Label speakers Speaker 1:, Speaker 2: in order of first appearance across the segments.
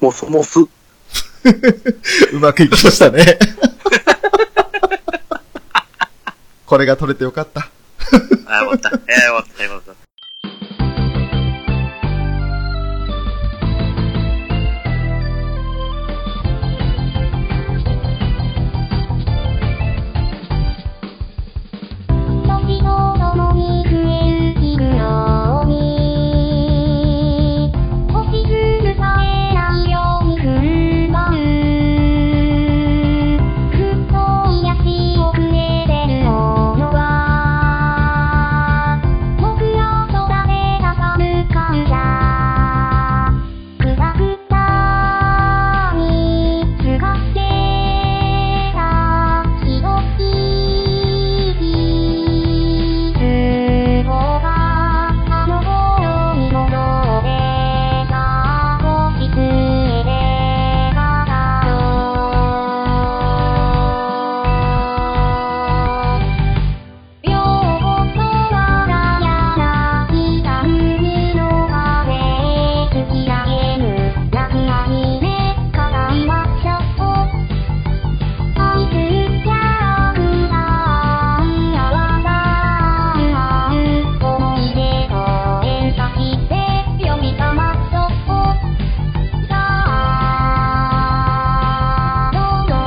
Speaker 1: モスモス。
Speaker 2: うまくいきましたね。これが取れてよかった。
Speaker 3: あ、よかった。えー、よかった、よかっ
Speaker 4: 年とともに増えるきくように星崩されないように踏ん張るふっと癒し遅れてるものは僕ら空で挟む感謝くたくたにすがってたひときりつぼがあの頃に戻ってた星つえでかかろう両方とはが柳田海の風突き上げる泣く愛で絡みましょう愛するキャラクターはさ思い出と演歌して呼び覚まそう「さあどうぞ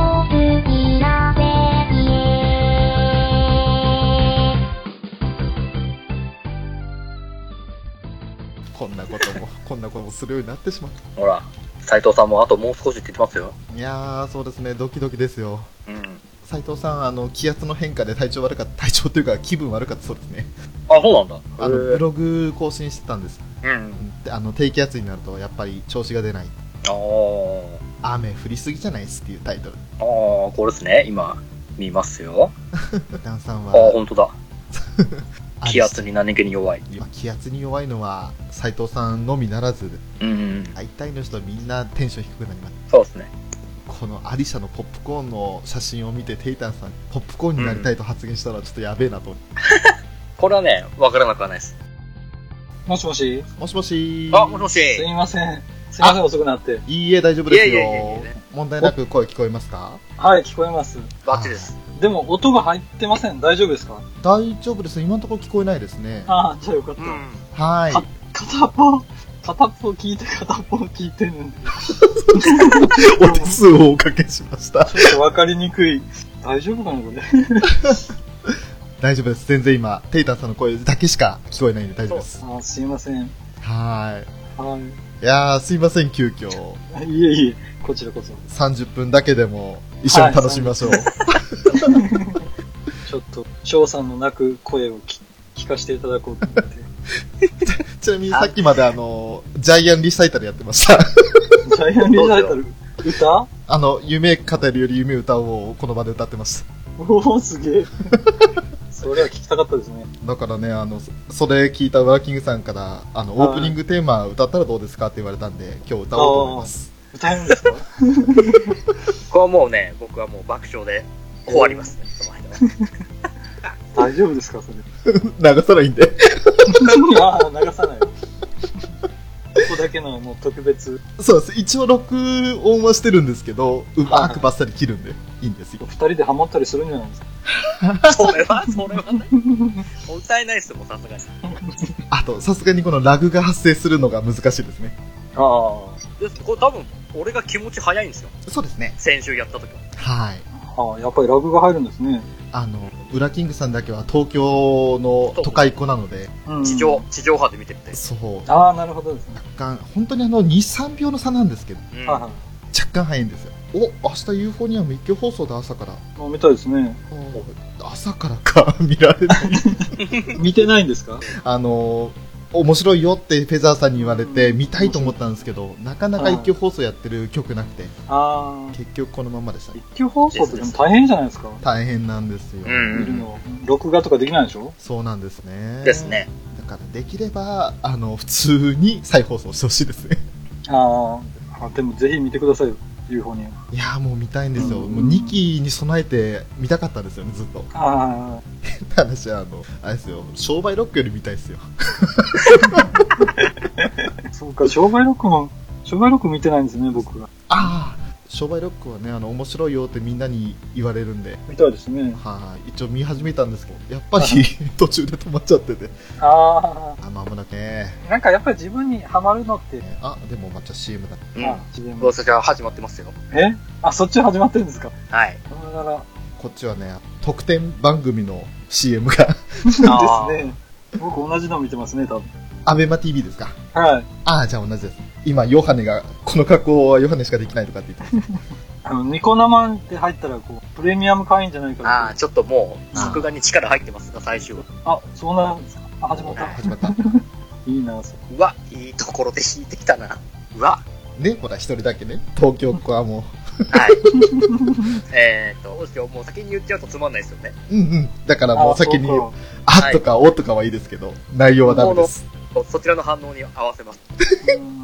Speaker 4: お好きな席へ」
Speaker 2: こんなことも、こんなこともするようになってしまう。
Speaker 3: た。ほら、斎藤さんもあともう少しって言ってますよ。
Speaker 2: いやー、そうですね、ドキドキですよ。
Speaker 3: うん。
Speaker 2: 斉藤さん、あの、気圧の変化で体調悪かった、体調というか気分悪かったそうですね。
Speaker 3: あ、そうなんだ。
Speaker 2: あの、ブログ更新してたんです。
Speaker 3: うん。
Speaker 2: であの、低気圧になると、やっぱり調子が出ない。
Speaker 3: あー。
Speaker 2: 雨降りすぎじゃないっすっていうタイトル。
Speaker 3: あー、これですね。今、見ますよ。
Speaker 2: ダンさん
Speaker 3: あ
Speaker 2: は、
Speaker 3: ー、ほんとだ。
Speaker 2: あれ
Speaker 3: 気圧に何気に弱い。
Speaker 2: まあ気圧に弱いのは斉藤さんのみならず
Speaker 3: うん。
Speaker 2: 大体の人みんなテンション低くなります
Speaker 3: そうですね。
Speaker 2: このアリシャのポップコーンの写真を見てテイタンさんポップコーンになりたいと発言したのはちょっとやべえなと、
Speaker 3: これはね、わからなくはないです。
Speaker 5: もしもし
Speaker 2: もしもし
Speaker 3: あ、もしもし。
Speaker 5: すみません。すみません、遅くなって。
Speaker 2: いいえ大丈夫ですよ
Speaker 3: いやいやいやいや
Speaker 2: 問題なく声聞こえますか
Speaker 5: はい、聞こえます。
Speaker 3: バッチリです。
Speaker 5: でも、音が入ってません。大丈夫ですか
Speaker 2: 大丈夫です今のところ聞こえないですね
Speaker 5: ああ、じゃあよかった。
Speaker 3: うん。
Speaker 2: はい
Speaker 5: あ片っぽ、片っぽ聞いて、片っぽ聞いてるんで。
Speaker 2: お手数をおかけしました
Speaker 5: ちょっとわかりにくい。大丈夫かな、これ。
Speaker 2: 大丈夫です全然今テイタンさんの声だけしか聞こえないんで大丈夫です
Speaker 5: ああ、すいません。
Speaker 2: は
Speaker 5: はい
Speaker 2: いやーすいません急遽
Speaker 5: あ。いえいえ、こちらこそ。
Speaker 2: 30分だけでも一緒に楽しみましょう、
Speaker 5: ちょっと、翔さんの泣く声をき聞かせていただこうと思って。
Speaker 2: ちなみにさっきまであの、ジャイアンリサイタルやってました。
Speaker 5: ジャイアンリサイタル、歌
Speaker 2: あの、夢語るより夢歌おうをこの場で歌ってました。
Speaker 5: おお、すげえ。それは聞きたかったですね。
Speaker 2: だからね、あの、そそれ聞いたワーキングさんから、あの、
Speaker 5: はい
Speaker 2: オープニングテーマ歌ったらどうですかって言われたんで、今日歌おうと思います。
Speaker 5: 歌えるんですか
Speaker 3: これはもうね、僕はもう爆笑で終わりますね。その間は
Speaker 5: 大丈夫ですかそれ。
Speaker 2: 流さないんで。
Speaker 5: ああ、流さない。ここだけのもう特別、
Speaker 2: そうです。一応録音はしてるんですけど、うまくバッサリ切るんで、いいんですよ
Speaker 5: 二。人でハマったりするんじゃないですか。
Speaker 3: それは、 それはね。もう歌えないですもん、さすがに。
Speaker 2: あと、さすがにこのラグが発生するのが難しいですね。
Speaker 5: あ
Speaker 3: ですこれ多分、俺が気持ち早いんですよ。
Speaker 2: そうですね。
Speaker 3: 先週やった時は。
Speaker 2: はい。
Speaker 5: あ、ああ、やっぱりラグが入るんですね。
Speaker 2: あの、ウラキングさんだけは東京の都会っ子なので、
Speaker 5: うん
Speaker 3: 地上、地上波で見てみて。
Speaker 2: そう、
Speaker 5: ああ、なるほどですね。
Speaker 2: 若干、本当にあの、2、3秒の差なんですけど、
Speaker 3: うん
Speaker 5: はいは
Speaker 2: 若干早いんですよ。お、明日ユーフォニアム一挙放送だ、朝から。
Speaker 5: い。もう見たいですね。
Speaker 2: 朝からか、 見られない。
Speaker 5: 見てないんですか
Speaker 2: あのー、面白いよってフェザーさんに言われて、見たいと思ったんですけど、なかなか一挙放送やってる曲なくて、
Speaker 5: ああ。
Speaker 2: 結局このまんまでした。
Speaker 5: 一級放送ってでも大変じゃないですか。
Speaker 2: 大変なんですよ。
Speaker 3: うん
Speaker 5: 見るの。録画とかできないでしょ
Speaker 2: そうなんですね。
Speaker 3: ですね。
Speaker 2: だからできれば、あの、普通に再放送してほしいです ね。
Speaker 5: あああ。でもぜひ見てくださいよ。UFO に。
Speaker 2: いやーもう見たいんですよ。
Speaker 5: うん
Speaker 2: もう2期に備えて見たかったんですよね、ずっと。
Speaker 5: あ
Speaker 2: 話はあの、あれですよ、商売ロックより見たいですよ。
Speaker 5: あ。そうか、障害録も、しばらく見てないんですね、僕が。
Speaker 2: ああ商売ロックはねあの面白いよってみんなに言われるんで
Speaker 5: 見たいですね。
Speaker 2: はい一応見始めたんですけ どやっぱり途中で止まっちゃってて
Speaker 5: あ
Speaker 2: あまもなくね
Speaker 5: あ、なんかやっぱり自分にハマるのって、
Speaker 2: あでもまた CM だ
Speaker 3: う
Speaker 5: あ
Speaker 3: ん。
Speaker 5: 自分
Speaker 3: も
Speaker 5: も
Speaker 3: う。そちら始まってますよ。
Speaker 5: えあ、そっち始まってるんですか
Speaker 3: はい。
Speaker 5: さよなら。
Speaker 2: こっちはね特典番組の CM が
Speaker 3: あー
Speaker 5: ですね。僕同じの見てますね、多分。
Speaker 2: アベマ t v ですか
Speaker 5: はい。
Speaker 2: ああじゃあ同じです今ヨハネがこの格好はヨハネしかできないとかって言って
Speaker 5: あの、ニコ生って入ったら、こう、プレミアム会員じゃないか
Speaker 3: あ
Speaker 5: ら
Speaker 3: あ、。ちょっともう、
Speaker 2: あー
Speaker 3: 作画に力入ってますが、最終話。
Speaker 5: あ、そうなんですか。あ、始まった。
Speaker 2: 始ま った
Speaker 5: いいな、そう
Speaker 3: わ、いいところで引いてきたな。うわ。
Speaker 2: ねほら一人だけね東京っ子はも
Speaker 3: はい。えーっと、どうしようもう先に言っちゃうとつまんないですよね。
Speaker 2: ううんうんだから
Speaker 5: こ。
Speaker 2: もう先に
Speaker 5: そうか
Speaker 2: あとかおとかはいいですけど内容はダメです
Speaker 3: そそちらの反応に合わせます。
Speaker 5: うん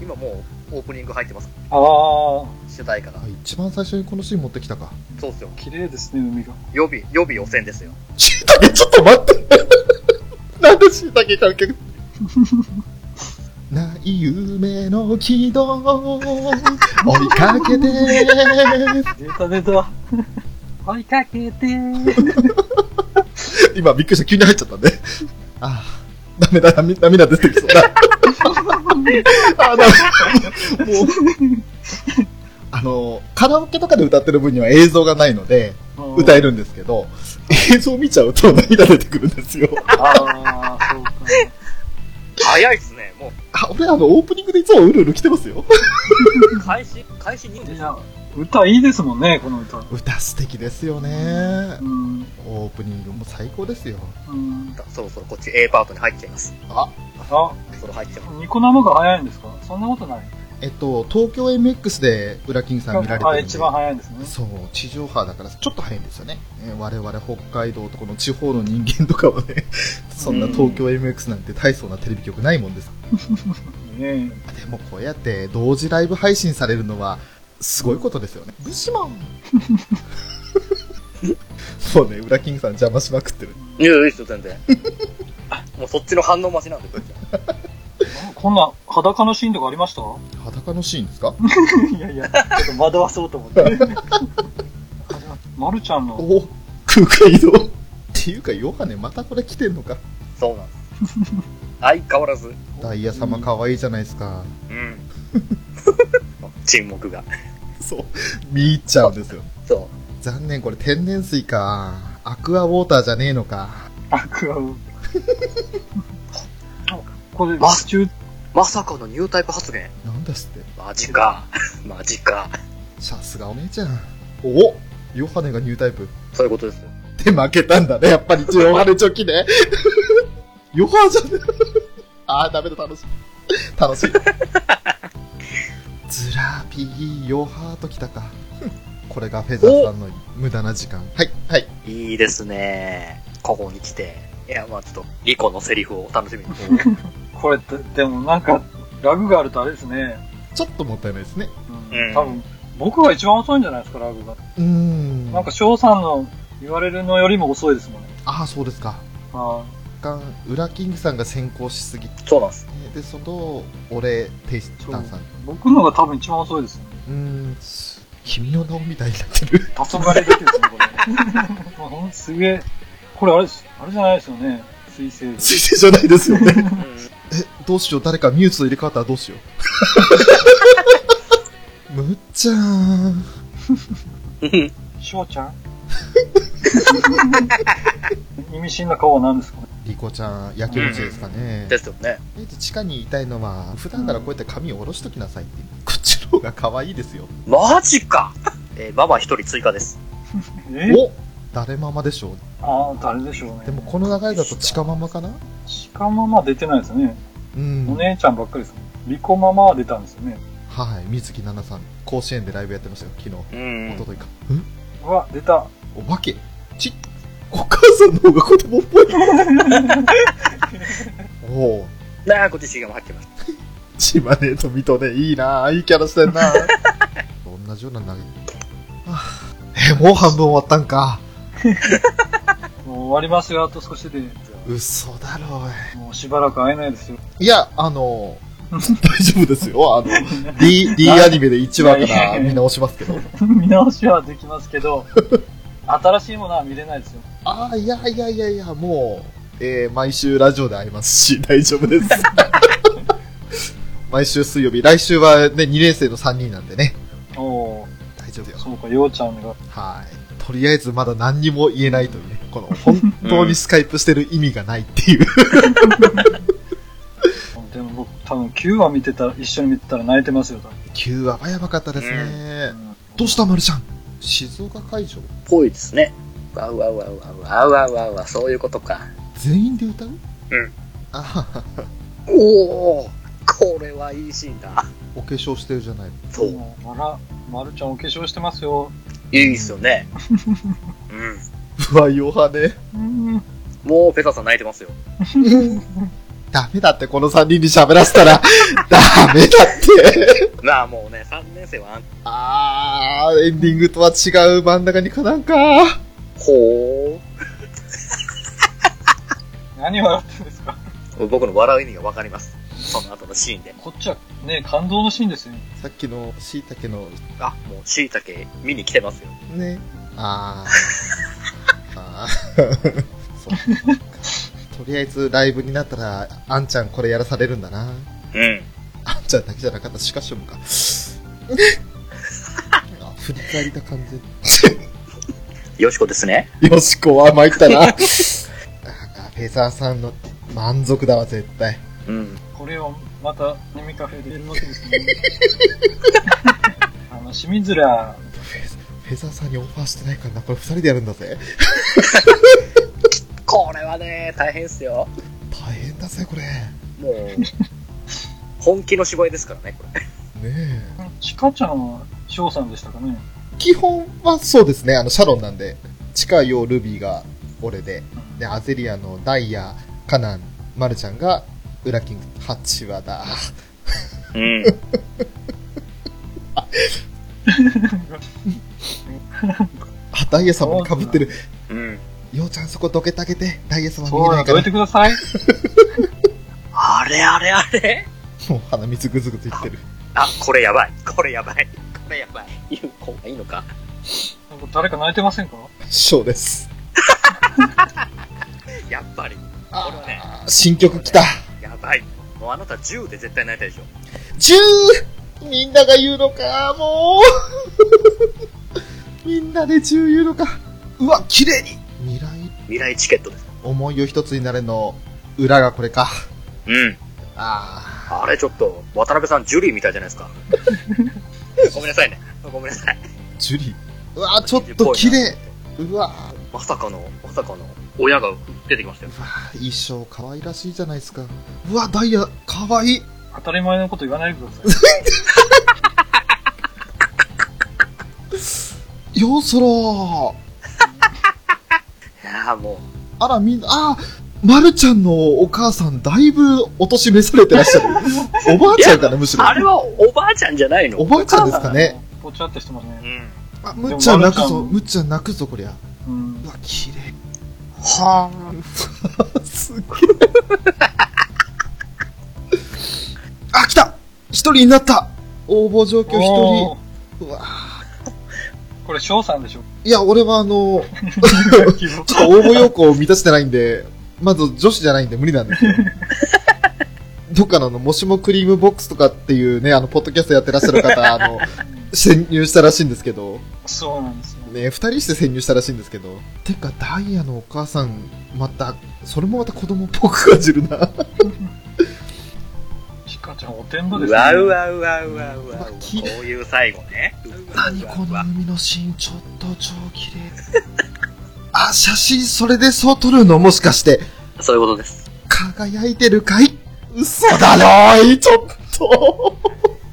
Speaker 3: 今もう、オープニング入ってます。
Speaker 5: ああ、
Speaker 3: 主題歌が
Speaker 2: あ。一番最初にこのシーン持ってきたか
Speaker 3: そうっすよ。
Speaker 5: 綺麗ですね、海が。
Speaker 3: 予備、予備予選ですよ。
Speaker 2: しいたけちょっと待って なんでしいたけ関 係ない夢の軌道追いかけ て
Speaker 5: 出た出た。追いかけ て
Speaker 2: 今びっくりした急に入っちゃったんでああダメだ涙涙出てきそうだ ああダメもうあのカラオケとかで歌ってる分には映像がないので歌え
Speaker 5: る。
Speaker 2: るんですけど映像見ちゃうと涙出てくるんですよ
Speaker 5: ああ、そうか。
Speaker 3: 早いっすね。も
Speaker 2: あ俺あのオープニングでいつもうるうる来てますよ
Speaker 3: う、開始、開始2分で
Speaker 5: い
Speaker 3: すよ。
Speaker 5: や、歌いいですもんね、この歌。
Speaker 2: 歌素敵ですよね
Speaker 5: うん。
Speaker 2: オープニングも最高ですよ
Speaker 5: うん。
Speaker 3: そろそろこっち A パートに入っちゃいます。
Speaker 2: あ
Speaker 5: あ、
Speaker 3: そろ入っちゃいます。
Speaker 5: ニコ生が早いんですかそんなことない。
Speaker 2: えっと東京 MX で裏金さん見られてるん
Speaker 5: あ、
Speaker 2: で
Speaker 5: 一番早いんですね。
Speaker 2: そう地上波だからちょっと早いんですよね、えー我々北海道とこの地方の人間とかはね そんな東京 MX なんて大層なテレビ局ないもんです
Speaker 5: ねえ。
Speaker 2: でもこうやって同時ライブ配信されるのはすごいことですよねグシモン もうね裏金さん邪魔しまくってる
Speaker 3: いや、いいっすよ、全然。もうそっちの反応待ちなんで、こっちは
Speaker 5: こんな裸のシーンとかありました
Speaker 2: 裸のシーンですか
Speaker 5: いやいや、ちょっと惑わそうと思 って。まるちゃんの、
Speaker 2: お空間移動っていうかヨハネまたこれ来てんのか
Speaker 3: そう なんです。相変わらず。
Speaker 2: ダイヤ様可愛いじゃないですか
Speaker 3: うん。沈黙が。
Speaker 2: そう見入っちゃうんですよ
Speaker 3: そ
Speaker 2: 残念これ天然水かアクアウォーターじゃねえのか
Speaker 5: アクアウ。これ、
Speaker 3: マ
Speaker 5: マ
Speaker 3: ス
Speaker 5: ス中、
Speaker 3: う。まさかのニュータイプ発言。
Speaker 2: なんですって
Speaker 3: マジか。 マジか。
Speaker 2: さすがお姉ちゃんおヨハネがニュータイプ
Speaker 3: そういうことですよ。
Speaker 2: で負けたんだねやっぱりヨハネチョキねヨハじゃねあーダメだ楽しい楽しいズラピーヨハときたかこれがフェザーさんの無駄な時間はいはい
Speaker 3: いいですね。ここに来て。いや、まあちょっと、リコのセリフをお楽しみに。
Speaker 5: これって、でもなんか、ラグがあるとあれですね。
Speaker 2: ちょっともったいないですね
Speaker 5: う
Speaker 3: うん
Speaker 5: ん、多分、僕が一番遅いんじゃないですか、ラグが。
Speaker 2: うーん
Speaker 5: なんか、翔さんの言われるのよりも遅いですもんね。
Speaker 2: ああそうですか
Speaker 5: あ
Speaker 2: 若干裏キングさんが先行しすぎ
Speaker 3: そうなんです。
Speaker 2: でその俺テイスタンさんう
Speaker 5: ー僕のが多分一番遅いですね。
Speaker 2: ーん君の名みたいになって る
Speaker 5: 黄昏だけですね、これ。もうほんとすげえ。これあれです、あれじゃないですよね。水星。
Speaker 2: 推薦じゃないですよねえどうしよう誰かミューズ入れ替わったらどうしよう むっちゃーん
Speaker 3: うん
Speaker 5: 翔ちゃん意味深な顔は何ですかね。
Speaker 2: リコちゃんやきもちですかね、
Speaker 3: ですよね。
Speaker 2: えっと地下にいたいのは普段からこうやって髪を下ろしときなさいってこっちの方が可愛いですよ
Speaker 3: マジか。 えーママ一人追加です。
Speaker 5: え
Speaker 2: お誰ママでしょう
Speaker 5: ああ、誰でしょうね。
Speaker 2: でもこの流れだと地下ママかな
Speaker 5: しかもまあ出てないですね。
Speaker 2: うん
Speaker 5: お姉ちゃんばっかりですね。リコママは出たんですよね。
Speaker 2: はい水木奈々さん甲子園でライブやってましたよ昨日
Speaker 3: うん
Speaker 2: 一昨日か、
Speaker 5: うわ、出た。
Speaker 2: お化けちっお母さんの方が子供っ ぽいおお
Speaker 3: なあ、こっち CM 入ってます。
Speaker 2: 島根と水戸でいいなぁいいキャラしてん なぁ同じような投げは ぁえもう半分終わったんか
Speaker 5: もう終わりますよ、あと少しで。
Speaker 2: 嘘だろ
Speaker 5: もうしばらく会えないですよ。
Speaker 2: いいやあの大丈夫ですよ。あの、D、D アニメで1話から見直しますけど。
Speaker 5: 見直しはできますけど、新しいものは見れないですよ。
Speaker 2: ああ、いやいやいやいや、もう、えー毎週ラジオで会いますし、大丈夫です。毎週水曜日、来週はね、2年生の3人なんでね、
Speaker 5: おー
Speaker 2: 大丈夫よ。
Speaker 5: そうか、ようちゃんが。
Speaker 2: はい。とりあえずまだ何にも言えないというね、この本当にスカイプしてる意味がないっていう。
Speaker 5: でも僕、多分9話見てたら、一緒に見てたら泣いてますよ、多分。
Speaker 2: 9話はやばかったですね。どうした、まるちゃん静岡会場
Speaker 3: ぽいですね。わうわうわうわうわうわうわうわ、そういうことか。。
Speaker 2: 全員で歌ううんあははは
Speaker 3: おおこれはいいシーンだ。
Speaker 2: お化粧してるじゃない。
Speaker 3: そう。
Speaker 5: うんあら、まるちゃんお化粧してますよ。
Speaker 3: いいっすよ ね。うん。
Speaker 2: うわ、ヨハネ。
Speaker 5: うん。
Speaker 3: もうペタさん泣いてますよ。
Speaker 2: ダメだって、この3人に喋らせたら。 ダメだって。
Speaker 3: なあ、もうね、3年生はあん、
Speaker 2: あー、エンディングとは違う真ん中にかなんか。
Speaker 3: ほ
Speaker 5: 何笑ってるんですか
Speaker 3: う。僕の笑う意味がわかります。その後のシーンで。
Speaker 5: こっちはね、感動のシーンですよ。
Speaker 2: さっきの椎茸の、
Speaker 3: あ、もう椎茸見に来てますよ。
Speaker 2: ね。あー。あー。 そうとりあえずライブになったら、あんちゃんこれやらされるんだな。
Speaker 3: うん。
Speaker 2: あんちゃんだけじゃなかった、しかし もか。あ振り返りた感じ。
Speaker 3: よしこですね。
Speaker 2: よしこは参った な。あフェザーさんの満足だわ、絶対。
Speaker 3: うん。
Speaker 5: これをまた、ネミカフェでやるわけですね。 あの、清水ら、
Speaker 2: フェザーさんにオファーしてないからな、これ二人でやるんだぜ。
Speaker 3: これはね、大変っすよ。
Speaker 2: 大変だぜ、これ。ね
Speaker 3: も う、本気の芝居ですからね、これ。
Speaker 2: え。
Speaker 5: ちかちゃんは、翔さんでしたかね。
Speaker 2: 基本はそうですね、あの、シャロンなんで。チカヨ、ルビーが俺で、で、アゼリアのダイヤ、カナン、マルちゃんが、ウラキング、ハチワだ。
Speaker 3: うん。
Speaker 2: あ、ダイヤ様に被ってる。
Speaker 3: うん。
Speaker 2: ようちゃんそこどけてあげて、ダイヤ様見
Speaker 5: そ
Speaker 2: え
Speaker 5: う
Speaker 2: な
Speaker 5: だ、
Speaker 2: いか
Speaker 5: どい
Speaker 2: ら
Speaker 5: て。ください。
Speaker 3: あれあれあれ
Speaker 2: もう鼻水ぐずぐずいってる。
Speaker 3: あ、これやばい。これやばい。これやばい。言う方がいいのか。
Speaker 5: なんか誰か泣いてませんか
Speaker 2: ショーです。
Speaker 3: やっぱり。これはね、
Speaker 2: あー新曲来た。
Speaker 3: やばい。もうあなた10で絶対泣いたでしょ。
Speaker 2: 10! みんなが言うのか、もう みんなで10言うのか。うわ、綺麗に未来
Speaker 3: 未来チケットです。
Speaker 2: 思いを一つになれの裏がこれか。
Speaker 3: うん。
Speaker 2: あ
Speaker 3: あれちょっと、渡辺さん、ジュリーみたいじゃないです か。ごめんなさいね。ごめんなさい。
Speaker 2: ー、ジュリー。うわ、ちょっと綺麗。うわ、
Speaker 3: まさかの、まさかの、親が出てきましたよ。
Speaker 2: 衣装可愛らしいじゃないですか。うわ、ダイヤ、可愛い。
Speaker 5: 当たり前のこと言わないでください。
Speaker 2: よそろ
Speaker 3: いやーも
Speaker 2: あら、みんな、あー、まるちゃんのお母さん、だいぶお年召されてらっしゃる。おばあちゃんかな、むし
Speaker 3: う、
Speaker 2: ろ。
Speaker 3: あれはおばあちゃんじゃないの
Speaker 2: おばあちゃんですかね。
Speaker 5: ぽちゃってしてます
Speaker 3: う
Speaker 5: ね。
Speaker 3: ん。
Speaker 2: あ、むっちゃん泣く
Speaker 5: で
Speaker 2: ぞ、
Speaker 5: も
Speaker 2: むっちゃん泣くぞ、こりゃ。
Speaker 5: うん
Speaker 2: う。わ、綺麗。
Speaker 3: はあ。
Speaker 2: すごい。あ、来た一人になった応募状況
Speaker 5: お
Speaker 2: 一
Speaker 5: ー
Speaker 2: 人。うわ
Speaker 5: これ、翔さんでしょ
Speaker 2: いや、俺はあの、
Speaker 5: 希望
Speaker 2: ちょっと応募要項を満たしてないんで、まず女子じゃないんで無理なんですよ。どっかのあの、もしもクリームボックスとかっていうね、あの、ポッドキャストやってらっしゃる方、あの、潜入したらしいんですけど、
Speaker 5: そうなんですよ。
Speaker 2: ね、二人して潜入したらしいんですけど。てか、ダイヤのお母さん、また、それもまた子供っぽく感じるな。
Speaker 5: ちかちゃん、おてんばで
Speaker 3: う
Speaker 5: すね。
Speaker 3: わうわうわうわうわうわ。こ
Speaker 2: 綺
Speaker 3: う
Speaker 2: 麗
Speaker 3: いう最後ね。
Speaker 2: 何こ
Speaker 3: う
Speaker 2: の
Speaker 3: わ
Speaker 2: 海のシーン、ちょっと超綺麗。あ、写真それでそう撮るのもしかして、
Speaker 3: そういうことです。
Speaker 2: 輝いてるかい嘘だろーい、ちょっと。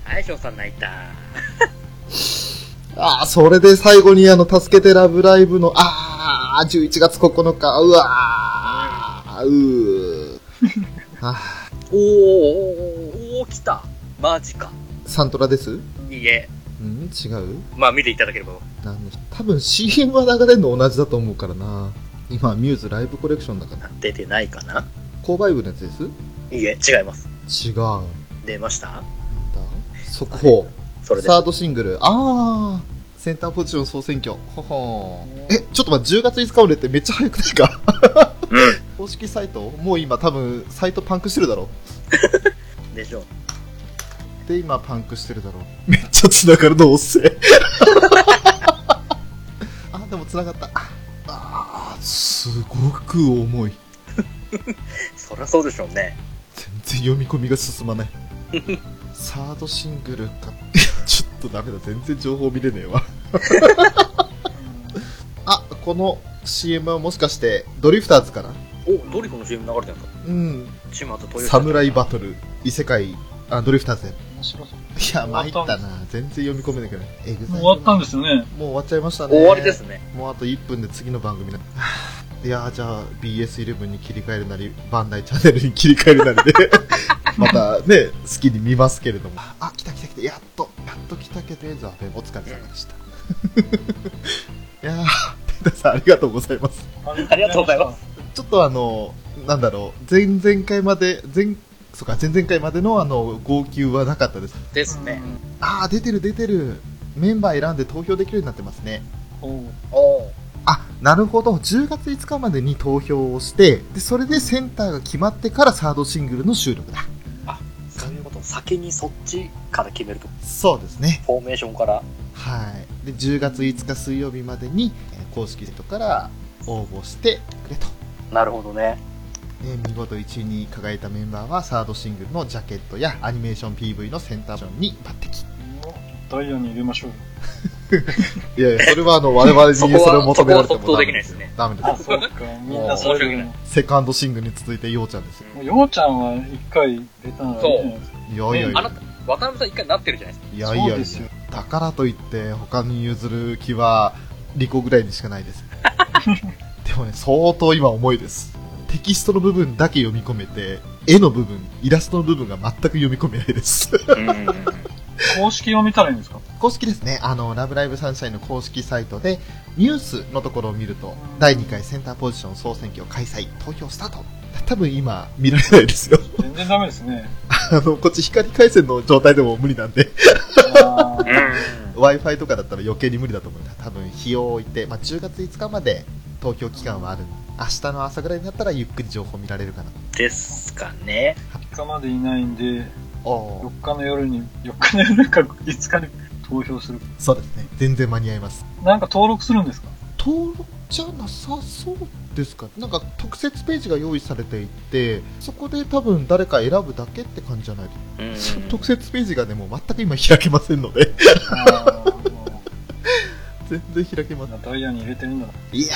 Speaker 3: はい、翔さん泣いた。
Speaker 2: あ、それで最後にあの、助けてラブライブの、あー、11月9日、うわー、うー。あ
Speaker 3: おーおーおーおー来た。マジか。
Speaker 2: サントラですん
Speaker 3: いいえ。
Speaker 2: 違う
Speaker 3: まあ見ていただければ。
Speaker 2: なんの多分 CM は流れるの同じだと思うからな今ミューズライブコレクションだから
Speaker 3: 出てないかな
Speaker 2: 購買部のやつです
Speaker 3: いいえ、違います。
Speaker 2: 違う
Speaker 3: 出ました
Speaker 2: 速報。
Speaker 3: それで。
Speaker 2: サードシングル。あー。センターポジション総選挙。ほほーえ、ちょっと待って、10月5日売れってめっちゃ早くないか
Speaker 3: う
Speaker 2: 公式サイトもう今多分、サイトパンクしてるだろ。
Speaker 3: ん。でしょう。
Speaker 2: で、今パンクしてるだろ。めっちゃ繋がるの遅え。 あ、でも繋がった。あー、すごく重い。
Speaker 3: そりゃそうでしょうね。
Speaker 2: 全然読み込みが進まない サードシングルか ちょっとダメだ全然情報見れねえわあこの CM はもしかしてドリフターズかな
Speaker 3: お、ドリフの CM 流れてるんですか
Speaker 2: うん
Speaker 3: チームあとトヨタ。
Speaker 2: サムライバトル異世界あドリフターズやい
Speaker 5: 面白そう。
Speaker 2: や参ったな全然読み込めなくないえぐ
Speaker 5: もう終わったんですすよね。
Speaker 2: もう終わっちゃいましたね
Speaker 3: 終わりですね。
Speaker 2: もうあと1分で次の番組ないやーじゃあ BS11 に切り替えるなりバンダイチャンネルに切り替えるなりで またね好きに見ますけれどもあ来た来た来たやっとやっと来たけどザーベンお疲れ様でした いやーテンタさんありがとうございます
Speaker 5: あ。
Speaker 3: りがとうございます
Speaker 2: ちょっとあのなんだろう前々回まで前そうか前々回までのあの号泣はなかったです
Speaker 3: ですね。
Speaker 2: ああ出てる出てるメンバー選んで投票できるようになってますね
Speaker 5: おう
Speaker 3: おー
Speaker 2: あなるほど10月5日までに投票をしてでそれでセンターが決まってからサードシングルの収録だ
Speaker 3: そういうこと。先にそっちから決めると。
Speaker 2: そうですね
Speaker 3: フォーメーションから。
Speaker 2: はいで10月5日水曜日までにえー公式サイトから応募してくれと、
Speaker 3: なるほどね。
Speaker 2: えー見事1位に輝いたメンバーはサードシングルのジャケットやアニメーション PV のセンターションに抜擢
Speaker 5: ダイヤに入れましょうよ。
Speaker 2: いやいやそれはあの我々に
Speaker 3: そ
Speaker 2: そ
Speaker 3: こは
Speaker 2: れを求められても
Speaker 3: そこは即答できないですね
Speaker 2: ダメです
Speaker 5: あ、そうか。みんなそれぞれの。
Speaker 2: セカンドシングルに続いてようちゃんですよ
Speaker 5: もう、ようちゃんは一回出たらいいじゃないですか。
Speaker 2: いやいやい
Speaker 3: あ
Speaker 2: や
Speaker 3: なた、渡辺さん一回なってるじゃないですか。
Speaker 2: いやいやい
Speaker 5: そう
Speaker 2: や
Speaker 5: ですよ
Speaker 2: だからといって他に譲る気はリコぐらいにしかない ですでもね相当今重いですテキストの部分だけ読み込めて絵の部分イラストの部分が全く読み込めないです
Speaker 5: 公式を見たらいいんですか
Speaker 2: 公式ですねあの「ラブライブサンシャイン」の公式サイトでニュースのところを見ると第2回センターポジション総選挙開催投票スタート多分今見られないですよ
Speaker 5: 全然ダメですね。
Speaker 2: あのこっち光回線の状態でも無理なんで
Speaker 5: あー
Speaker 2: w i f i とかだったら余計に無理だと思うな多分日を置いて、まあ、10月5日まで東京期間はある明日の朝ぐらいになったらゆっくり情報見られるかな
Speaker 3: ですかね。
Speaker 5: 4日までいないんで、
Speaker 2: おお
Speaker 5: 4日の夜に、4日の夜か5日に投票する。
Speaker 2: そうですね全然間に合います
Speaker 5: なんか登録するんですか
Speaker 2: 登録じゃなさそうですかなんか特設ページが用意されていてそこで多分誰か選ぶだけって感じじゃない
Speaker 3: うん
Speaker 2: ですか、特設ページがねもう全く今開けませんので
Speaker 5: あーも
Speaker 2: 全然開けま
Speaker 5: う
Speaker 2: せ
Speaker 5: みんなダイヤに入れてるんだな。
Speaker 2: んいや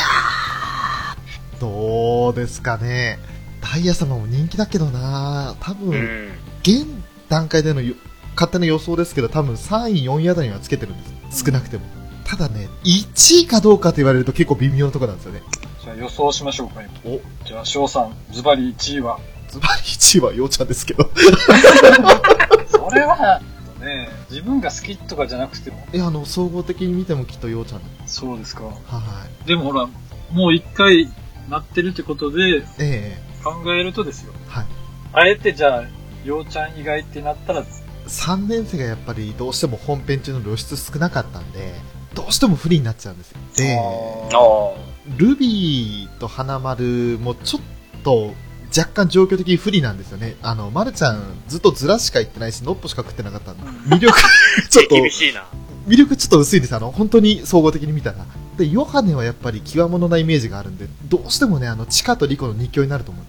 Speaker 2: ーどうですかねダイヤ様も人気だけどな多分、
Speaker 3: うん。
Speaker 2: 現段階でのよ勝手な予想ですけど多分3位4位あたりにはつけてるんです少なくてもただね1位かどうかと言われると結構微妙なとこなんですよね
Speaker 5: じゃあ予想しましょうか、今
Speaker 2: お
Speaker 5: じゃあ、翔さん、ズバリ1位は
Speaker 2: ズバリ1位はようちゃんですけ ど
Speaker 5: それは、ね、自分が好きとかじゃなくても。
Speaker 2: いやあの総合的に見てもきっとようちゃんだ
Speaker 5: そうですか。
Speaker 2: はい
Speaker 5: でもほら、もう一回なってるってことで
Speaker 2: え
Speaker 5: 考えるとですよ
Speaker 2: え。はい
Speaker 5: あえてじゃあ、ようちゃん以外ってなったら、
Speaker 2: 3年生がやっぱりどうしても本編中の露出少なかったんでどうしても不利になっちゃうんですよで
Speaker 3: ああ。
Speaker 2: ルビーと花丸もちょっと若干状況的に不利なんですよね。あの、まるちゃんずっとズラしか言ってないし、ノッポしか食ってなかったんで。魅力、ちょっと、
Speaker 3: 厳しいな。
Speaker 2: 魅力ちょっと薄いです。あの、本当に総合的に見たら。で、ヨハネはやっぱり極物なイメージがあるんで、どうしてもね、あの、チカとリコの二強になると思う。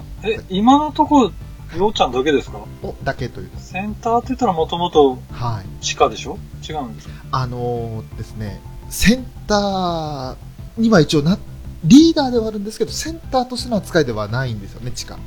Speaker 3: あ
Speaker 5: ーえ、今のとこ、ようちゃんだけですか
Speaker 2: お、だけという。
Speaker 5: センターって言ったらもともと
Speaker 2: はい。
Speaker 5: 地下でしょ違うんですか
Speaker 2: あのーですね、センターには一応な、リーダーではあるんですけど、センターとしての扱いではないんですよね、チカ。
Speaker 5: ああ、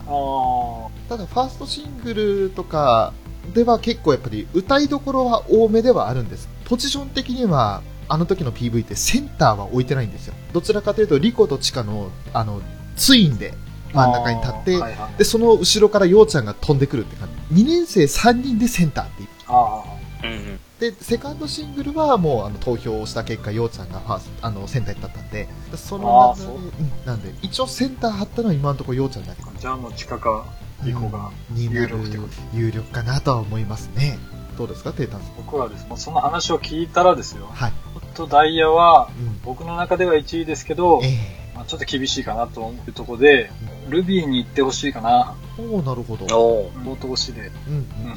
Speaker 2: ただファーストシングルとかでは結構やっぱり歌いどころは多めではあるんですポジション的にはあの時の PV ってセンターは置いてないんですよどちらかというとリコとチカのあのツインで真ん中に立って、
Speaker 5: あーはいはい
Speaker 2: でその後ろからようちゃんが飛んでくるって感じ2年生3人でセンターっていう
Speaker 5: あ
Speaker 3: あ。うん。
Speaker 2: でセカンドシングルはもうあの投票をした結果ようちゃんがファーストあのセンターに立ったんででその中で
Speaker 5: あーそう
Speaker 2: うんなんで一応センター張ったのは今のところようちゃんだけ
Speaker 5: ーじゃあもう地下か。以降が
Speaker 2: になる
Speaker 5: 有力ってことです。
Speaker 2: 有力かなとは思いますね。どうですか、テータンさん。
Speaker 5: 僕はですね、もうその話を聞いたらですよ、
Speaker 2: はい。
Speaker 5: ホットダイヤは
Speaker 2: うん。
Speaker 5: 僕の中では1位ですけど
Speaker 2: え、え
Speaker 5: まあ、ちょっと厳しいかなと思うところで、ルビーに行ってほしいかな、
Speaker 2: おおなるほど。
Speaker 3: おー
Speaker 5: 冒頭しで。
Speaker 2: うん、うん。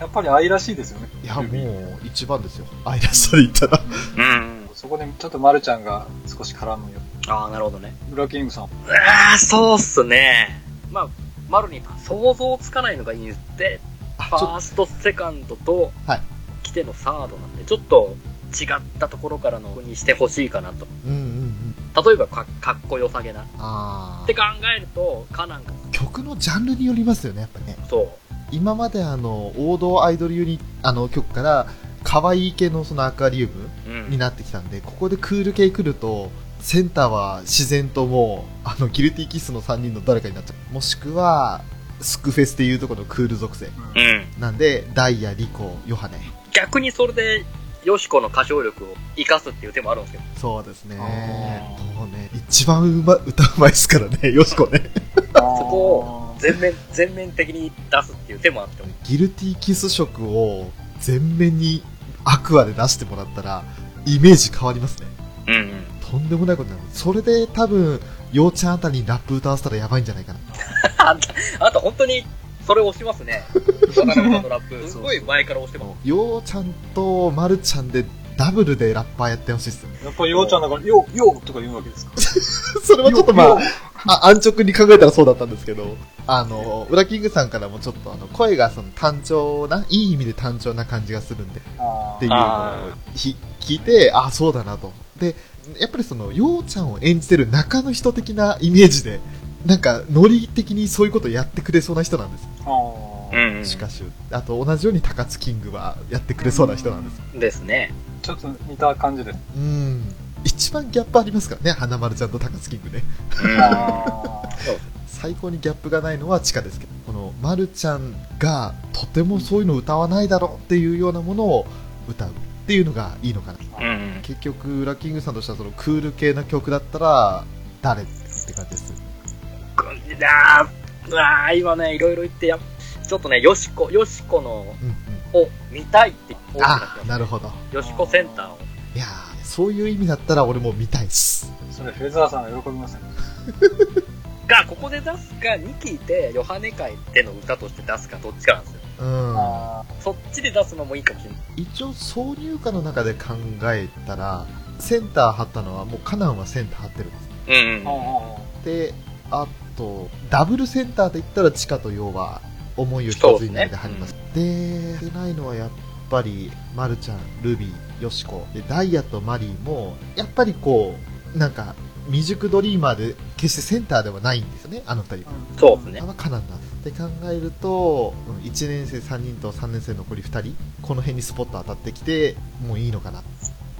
Speaker 5: やっぱり愛らしいですよね。
Speaker 2: いや、
Speaker 5: ルビー
Speaker 2: もう、一番ですよ。アイラストで言ったら。
Speaker 3: うん。
Speaker 5: そこでちょっと丸ちゃんが少し絡むよ。
Speaker 3: ああ、なるほどね。
Speaker 5: ブラキングさん。
Speaker 3: ああ、そうっすね。まあ、マルに想像つかないのがいいんですで、
Speaker 2: あ、ち
Speaker 3: フ
Speaker 2: ょっ
Speaker 3: ァースト、セカンドと、
Speaker 2: はい
Speaker 3: 来てのサードなんで、ちょっと違ったところからのにしてほしいかなと。
Speaker 2: うんうんうん。
Speaker 3: 例えばか、かっこよさげな。っ
Speaker 2: あ
Speaker 3: て
Speaker 2: あ。
Speaker 3: 考えると、カナンが、
Speaker 2: 曲のジャンルによりますよね、やっぱね。
Speaker 3: そ
Speaker 2: 今まであの、王道アイドルユニ、あの曲から、可愛い系のそのアクアリウム
Speaker 3: う。うん
Speaker 2: になってきたんで、ここでクール系来ると、センターは自然ともう、あの、ギルティーキッスの3人の誰かになっちゃう。もしくは、スクフェスっていうところのクール属性。
Speaker 5: うん
Speaker 3: うん。
Speaker 2: なんで、ダイヤ、リコ、ヨハネ。
Speaker 3: 逆にそれで、ヨシコの歌唱力を生かすっていう手もあるんですけど。
Speaker 2: そうですね。
Speaker 5: あー
Speaker 2: もうね、一番うま、歌うまいですからね、ヨシコね。
Speaker 5: そ
Speaker 3: こ全面、全面的に出すっていう手もあっても。
Speaker 2: ギルティーキス色を全面にアクアで出してもらったら、イメージ変わりますね。
Speaker 3: うん、うん。
Speaker 2: とんでもないことになる。それで多分、ようちゃんあたりにラップ歌わせたらやばいんじゃないかな。
Speaker 3: あんた、あんた本当に、それ押し ますね。渡辺さんのラップ。すごい前から押してます。
Speaker 2: ようちゃんとまるちゃんでダブルでラッパーやってほしいっ すよね。
Speaker 5: やっぱりようちゃんだから、よう、ようとか言うわけですか。
Speaker 2: それはちょっとま
Speaker 5: よう
Speaker 2: あ、あ安直に考えたらそうだったんですけど、あの、ウラキングさんからもちょっとあの、声がその単調な、いい意味で単調な感じがするんで、っ
Speaker 5: あ
Speaker 2: て
Speaker 5: ー
Speaker 2: いうのをひ聞いて、あ、そうだなと。で、やっぱりその、ようちゃんを演じてる中の人的なイメージで、なんか、ノリ的にそういうことやってくれそうな人なんです。
Speaker 5: あー
Speaker 3: ん、
Speaker 2: しかし、あと同じように高津キングはやってくれそうな人なんです。
Speaker 3: ですね。
Speaker 5: ちょっと似た感じで。
Speaker 2: うん。一番ギャップありますからね、花丸ちゃんと高津キングね。
Speaker 5: あ
Speaker 2: 最高にギャップがないのは地下ですけど、この丸ちゃんがとてもそういうの歌わないだろうっていうようなものを歌うっていうのがいいのかな。
Speaker 3: ん。
Speaker 2: 結局、ラッキングさんとしてはそのクール系の曲だったら、誰って感じです。
Speaker 3: あーあー、今ね、いろいろ言ってや、ちょっとね、よしこ、よしこの、
Speaker 2: うんうん。
Speaker 3: を見たいって大きくなって
Speaker 2: あ
Speaker 3: ま
Speaker 2: あ、
Speaker 3: す
Speaker 2: なるほど。
Speaker 3: よしこセンターを。
Speaker 2: いやーそういう意味だったら俺も見たいっす。
Speaker 5: ーそれフェザーさんが喜びますね。
Speaker 3: が、ここで出すか、ニキでヨハネ会での歌として出すか、どっちかなんですよ。
Speaker 2: うん。
Speaker 5: あ
Speaker 3: そっちで出すのもいいかもしれない。
Speaker 2: 一応挿入歌の中で考えたら、センター張ったのはもうカナンはセンター張ってるんです。
Speaker 3: うん
Speaker 5: ーあ
Speaker 2: であとダブルセンターで言ったら地下と陽は思いを一つになりで入りますで,、出ないのはやっぱりまるちゃんルビーよしこでダイヤとマリーもやっぱりこうなんか未熟ドリーマーで決してセンターではないんですよねあの二人
Speaker 5: ー
Speaker 2: は
Speaker 5: うん
Speaker 3: そうですね
Speaker 2: あ。のカナンだって考えると1年生3人と3年生残り2人この辺にスポット当たってきてもういいのかな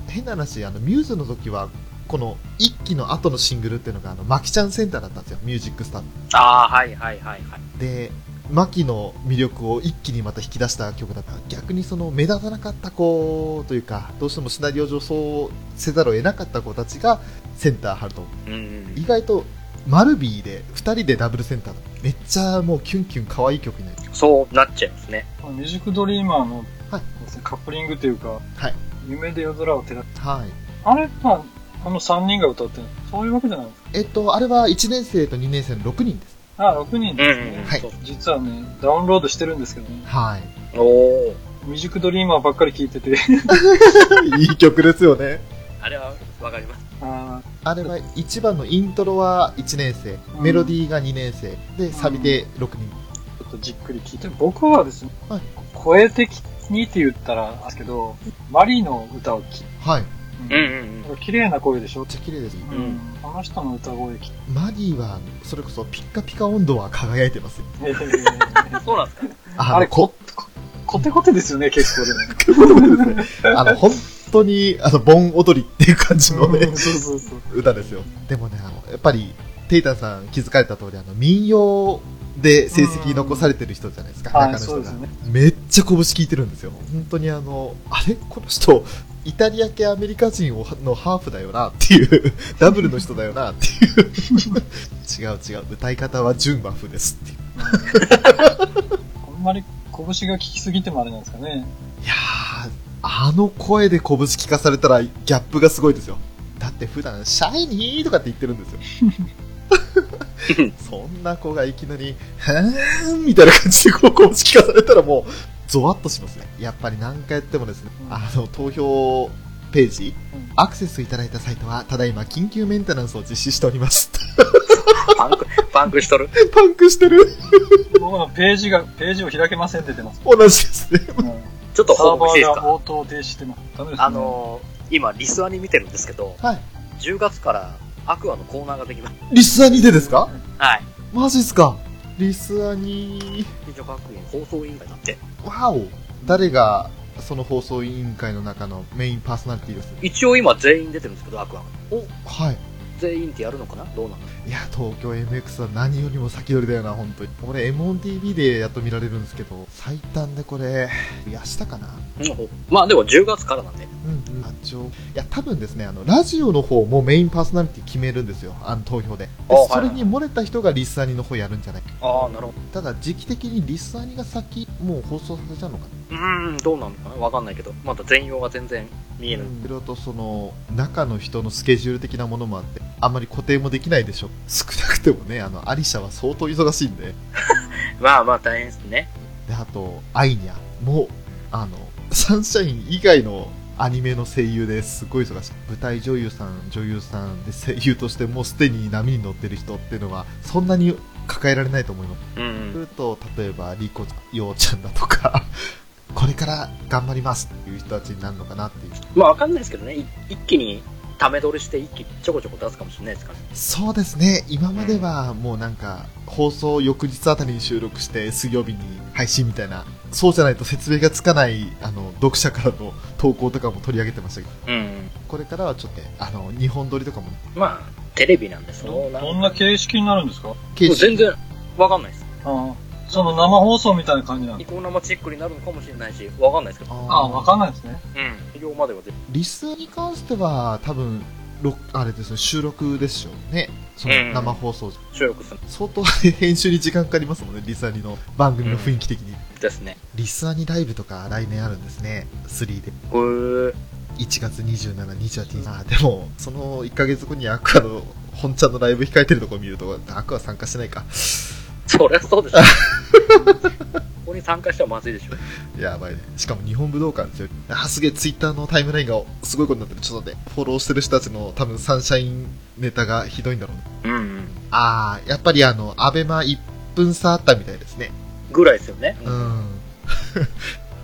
Speaker 2: 変な話あのミューズの時はこの1期の後のシングルっていうのがあのマキちゃんセンターだったんですよミュージックスター
Speaker 3: ああ、はいはいはいはい。
Speaker 2: でマキの魅力を一気にまた引き出した曲だった逆にその目立たなかった子というかどうしてもシナリオ上そうせざるを得なかった子たちがセンター張ると
Speaker 3: うん
Speaker 2: 意外とマルビーで2人でダブルセンターめっちゃもうキュンキュン可愛い曲になる
Speaker 3: そうなっちゃいますね。
Speaker 5: このミュージックドリーマーの
Speaker 2: はい
Speaker 5: カップリングというか、
Speaker 2: はい
Speaker 5: 夢で夜空を照らす。
Speaker 2: はい
Speaker 5: あれは、この3人が歌ってるそういうわけじゃないですか。
Speaker 2: えっとあれは1年生と2年生の6人です
Speaker 5: ああ、6人ですね。
Speaker 2: はい
Speaker 3: そう
Speaker 5: 実はね、ダウンロードしてるんですけどね、
Speaker 2: はい
Speaker 3: おお。
Speaker 5: ミュージックドリーマーばっかり聴いてて、
Speaker 2: いい曲ですよね
Speaker 3: あれはわかります。
Speaker 5: あ
Speaker 2: あれは1番のイントロは1年生
Speaker 5: うん
Speaker 2: メロディーが2年生でサビで6人
Speaker 5: ーちょっとじっくり聴いて、僕はですね、
Speaker 2: はい
Speaker 5: 声的にって言ったらですけど、マリーの歌を聴い、
Speaker 2: はいめって
Speaker 5: うん
Speaker 3: ん
Speaker 5: 綺麗な声でしょ、
Speaker 2: ちゃ綺麗です
Speaker 5: うんん、あの人の歌声聴い
Speaker 2: マディはそれこそピッカピカ温度は輝いてますよ
Speaker 5: て、
Speaker 3: そうなんですか
Speaker 2: あ
Speaker 5: あれ
Speaker 2: こ
Speaker 5: こ、こ、 コテコテですよね、結構でも。
Speaker 2: あの本当にあの盆踊りっていう感じのね
Speaker 5: うんそうそうそう。
Speaker 2: 歌ですよでもねあのやっぱりテイタンさん気づかれた通りあの民謡で成績残されてる人じゃないですか、
Speaker 5: はい
Speaker 2: 中の人が、
Speaker 5: そうです
Speaker 2: めっちゃ拳聞いてるんですよ本当にあのあれこの人イタリア系アメリカ人をのハーフだよなっていう ダブルの人だよなっていう違う違う歌い方は純和風ですっていう
Speaker 5: あんまり拳が効きすぎてもあれなんですかね。
Speaker 2: いやー、あの声で拳聞かされたらギャップがすごいですよ。だって普段、シャイニーとかって言ってるんですよ。そんな子がいきなり、へーんみたいな感じでこう拳聞かされたらもう、ゾワッとしますね。やっぱり何回やってもですね、あの、投票ページ、
Speaker 5: うん
Speaker 2: アクセスいただいたサイトは、ただいま緊急メンテナンスを実施しております。
Speaker 3: パンク、パンクしとる。
Speaker 2: パンクしてる
Speaker 5: 僕のページが、ページを開けませんって出てます。
Speaker 2: 同じですね。
Speaker 5: うん
Speaker 3: ちょっと
Speaker 5: サ
Speaker 3: 報
Speaker 5: ーバ
Speaker 3: 告していいです
Speaker 5: ーが
Speaker 3: か
Speaker 5: 応答停止してます。ダメですね。
Speaker 3: あのー、今、リスアに見てるんですけど、
Speaker 2: はい。
Speaker 3: 10月からアクアのコーナーができます。
Speaker 2: リスアニでですか
Speaker 3: はい。
Speaker 2: マジっすかリスアニ
Speaker 3: 美女学院放送委員会だって。
Speaker 2: わお誰がその放送委員会の中のメインパーソナリティです
Speaker 3: 一応今全員出てるんですけど、アクアが。
Speaker 2: おはい
Speaker 3: 全員ってやるのかなどうなの
Speaker 2: いや東京 MX は何よりも先取りだよな本当にこれ M1TV でやっと見られるんですけど最短でこれいや明日かな
Speaker 3: うんまあでも10月からなんで。
Speaker 2: うんうんあちょいや多分ですねあのラジオの方もメインパーソナリティ決めるんですよあの投票でで
Speaker 3: あはい
Speaker 2: それに漏れた人がリスアニの方やるんじゃないか
Speaker 3: ああ、なるほど。
Speaker 2: ただ時期的にリスアニが先もう放送されちゃうのかな
Speaker 3: うーん、どうなのかなわかんないけど。まだ全容が全然見えない。
Speaker 2: いろいろとその中の人のスケジュール的なものもあってあんまり固定もできないでしょ少なくてもねあのアリシャは相当忙しいんで
Speaker 3: まあまあ大変ですね。
Speaker 2: であとアイニャもあのサンシャイン以外のアニメの声優ですごい忙しい舞台女優さん女優さんで声優としてもうすでに波に乗ってる人っていうのはそんなに抱えられないと思います
Speaker 3: う
Speaker 2: す
Speaker 3: ん。
Speaker 2: ると例えばリコヨウちゃんだとか これから頑張りますっていう人たちになるのかなっていう
Speaker 3: まあわかんないですけどね。い一気に、ため撮りして一気にちょこちょこ出すかもしれないですから、ね。
Speaker 2: そうですね、今まではもうなんか、放送翌日あたりに収録して、水曜日に配信みたいな、そうじゃないと説明がつかない、あの、読者からの投稿とかも取り上げてましたけど、
Speaker 3: うん。
Speaker 2: これからはちょっとね、あの、日本撮りとかも、
Speaker 3: まあ、テレビなんです
Speaker 5: どどんな形式になるんですか
Speaker 2: 形式
Speaker 3: 全然わかんないです。
Speaker 5: ああその生放送みたいな感じなん
Speaker 3: ニ
Speaker 5: です
Speaker 3: コ生チックになるのかもしれないし、わかんないですけど。
Speaker 5: ああ、わかんないですね。
Speaker 3: うん。量までは全
Speaker 2: リスに関しては、多分、録あれですね、収録でしょうね。その
Speaker 3: うん
Speaker 2: 生放送、
Speaker 3: 部収録する
Speaker 2: 相当編集に時間かかりますもんね、リスアニの番組の雰囲気的に。
Speaker 3: んですね。
Speaker 2: リスアニライブとか来年あるんですね、3で。
Speaker 3: へー。
Speaker 2: 1月27、28日、あでも、その1ヶ月後にアクアの本ちゃんのライブ控えてるとこ見ると、アクア参加してないか。
Speaker 3: そりゃそうで しょ。ここに参加してはまずいでしょ。
Speaker 2: やばいね。しかも日本武道館ですよ。あ、すげえ、ツイッターのタイムラインがすごいことになってる。ちょっと待って、フォローしてる人たちの多分サンシャインネタがひどいんだろうね。
Speaker 3: うん、うん。
Speaker 2: あー、やっぱりあの、アベマ1分差あったみたいですね。
Speaker 3: ぐらいですよね。
Speaker 2: うん。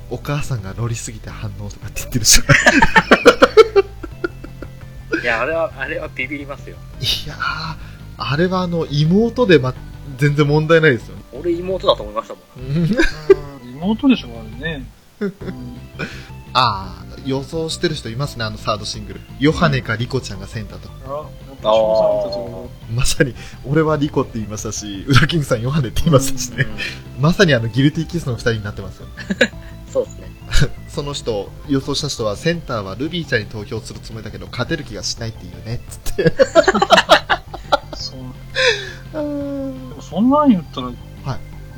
Speaker 2: お母さんが乗りすぎて反応とかって言ってるじゃん。
Speaker 3: いや、あれは、あれはビビりますよ。
Speaker 2: いやー、あれはあの、妹でま、全然問題ないですよね。
Speaker 3: 俺妹だと思いましたもん。
Speaker 2: うん
Speaker 5: 妹でしょ、あれね。うん
Speaker 2: ああ、予想してる人いますね、あのサードシングル。ヨハネかリコちゃんがセンターと。
Speaker 5: あやっぱ翔
Speaker 2: まさに、俺はリコって言いましたし、ウラキングさんヨハネって言いましたし
Speaker 3: う
Speaker 2: ね。
Speaker 3: ん
Speaker 2: まさにあのギルティーキスの二人になってますよ。
Speaker 3: そうですね。
Speaker 2: その人、予想した人はセンターはルビーちゃんに投票するつもりだけど、勝てる気がしないっていうね、つって。
Speaker 5: さんたちもそうでもそんなん言ったら、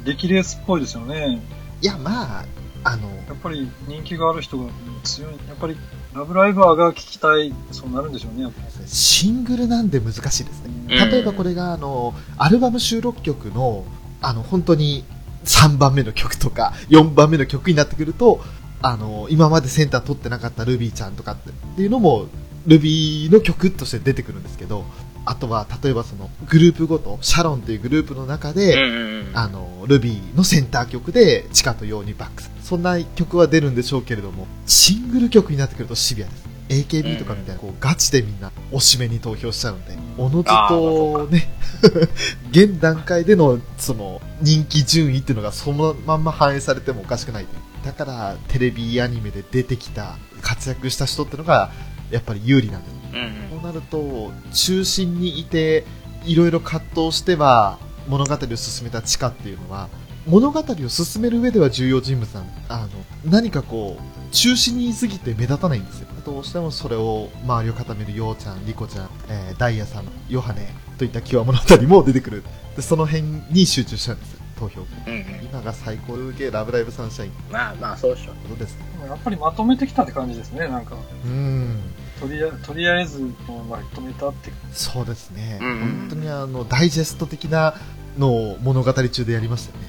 Speaker 5: 激レースっぽいですよね。
Speaker 2: いや、まあ、あの、
Speaker 5: やっぱり人気がある人が強い。やっぱり、ラブライバーが聞きたい、そうなるんでしょうね、やっぱ
Speaker 2: シングルなんで難しいですね。
Speaker 5: り。
Speaker 3: うん
Speaker 2: 例えばこれがあのアルバム収録曲のあの本当に3番目の曲とか4番目の曲になってくるとあの今までセンター取ってなかったルビーちゃんとかってっていうのもルビーの曲として出てくるんですけどあとは例えばそのグループごとシャロンっていうグループの中
Speaker 3: う
Speaker 2: で、
Speaker 3: んうんうん。
Speaker 2: あのルビーのセンター曲で「地下とようにバックス」そんな曲は出るんでしょうけれどもシングル曲になってくるとシビアです AKB とかみたいなこうガチでみんな推しめに投票しちゃうのでおのず
Speaker 3: あーまあそ
Speaker 2: と
Speaker 3: う
Speaker 2: ね 現段階でのその人気順位っていうのがそのまんま反映されてもおかしくないというだからテレビアニメで出てきた活躍した人ってのがやっぱり有利なんです
Speaker 3: うんうん
Speaker 2: こうなると中心にいていろいろ葛藤しては物語を進めた地下っていうのは物語を進める上では重要人物なんあの何かこう中心にいすぎて目立たないんですよどうしてもそれを周りを固めるようちゃん、リコちゃん、えーダイヤさん、ヨハネといった際物語も出てくるでその辺に集中しちゃうんです投票
Speaker 3: うんうん。
Speaker 2: 今が最高で受けラブライブサンシャインって
Speaker 3: まあまあ、そうでしょう。
Speaker 2: ことですね
Speaker 5: でもやっぱりまとめてきたって感じですね、なんか。
Speaker 2: うーん
Speaker 5: とりあとりあえず、まとめたって。
Speaker 2: そうですね、
Speaker 3: うんうん
Speaker 2: 本当にあのダイジェスト的なのを物語中でやりましたよね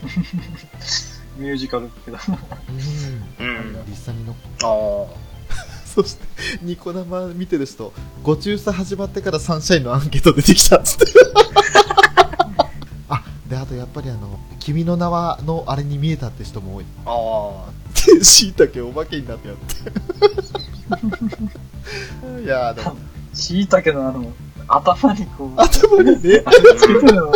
Speaker 5: ミュージカルだけど。
Speaker 2: う
Speaker 3: うんん。
Speaker 2: 実際にの
Speaker 3: ああ。
Speaker 2: そしてニコ生見てる人ご中佐始まってからサンシャインのアンケート出てきたっつって あであとやっぱりあの「君の名は」のあれに見えたって人も多い
Speaker 3: あ
Speaker 2: でしいたけお化けになってやっ ていやーでも
Speaker 5: しいたけのあの、頭にこう、
Speaker 2: 頭にね
Speaker 5: あれついてるの。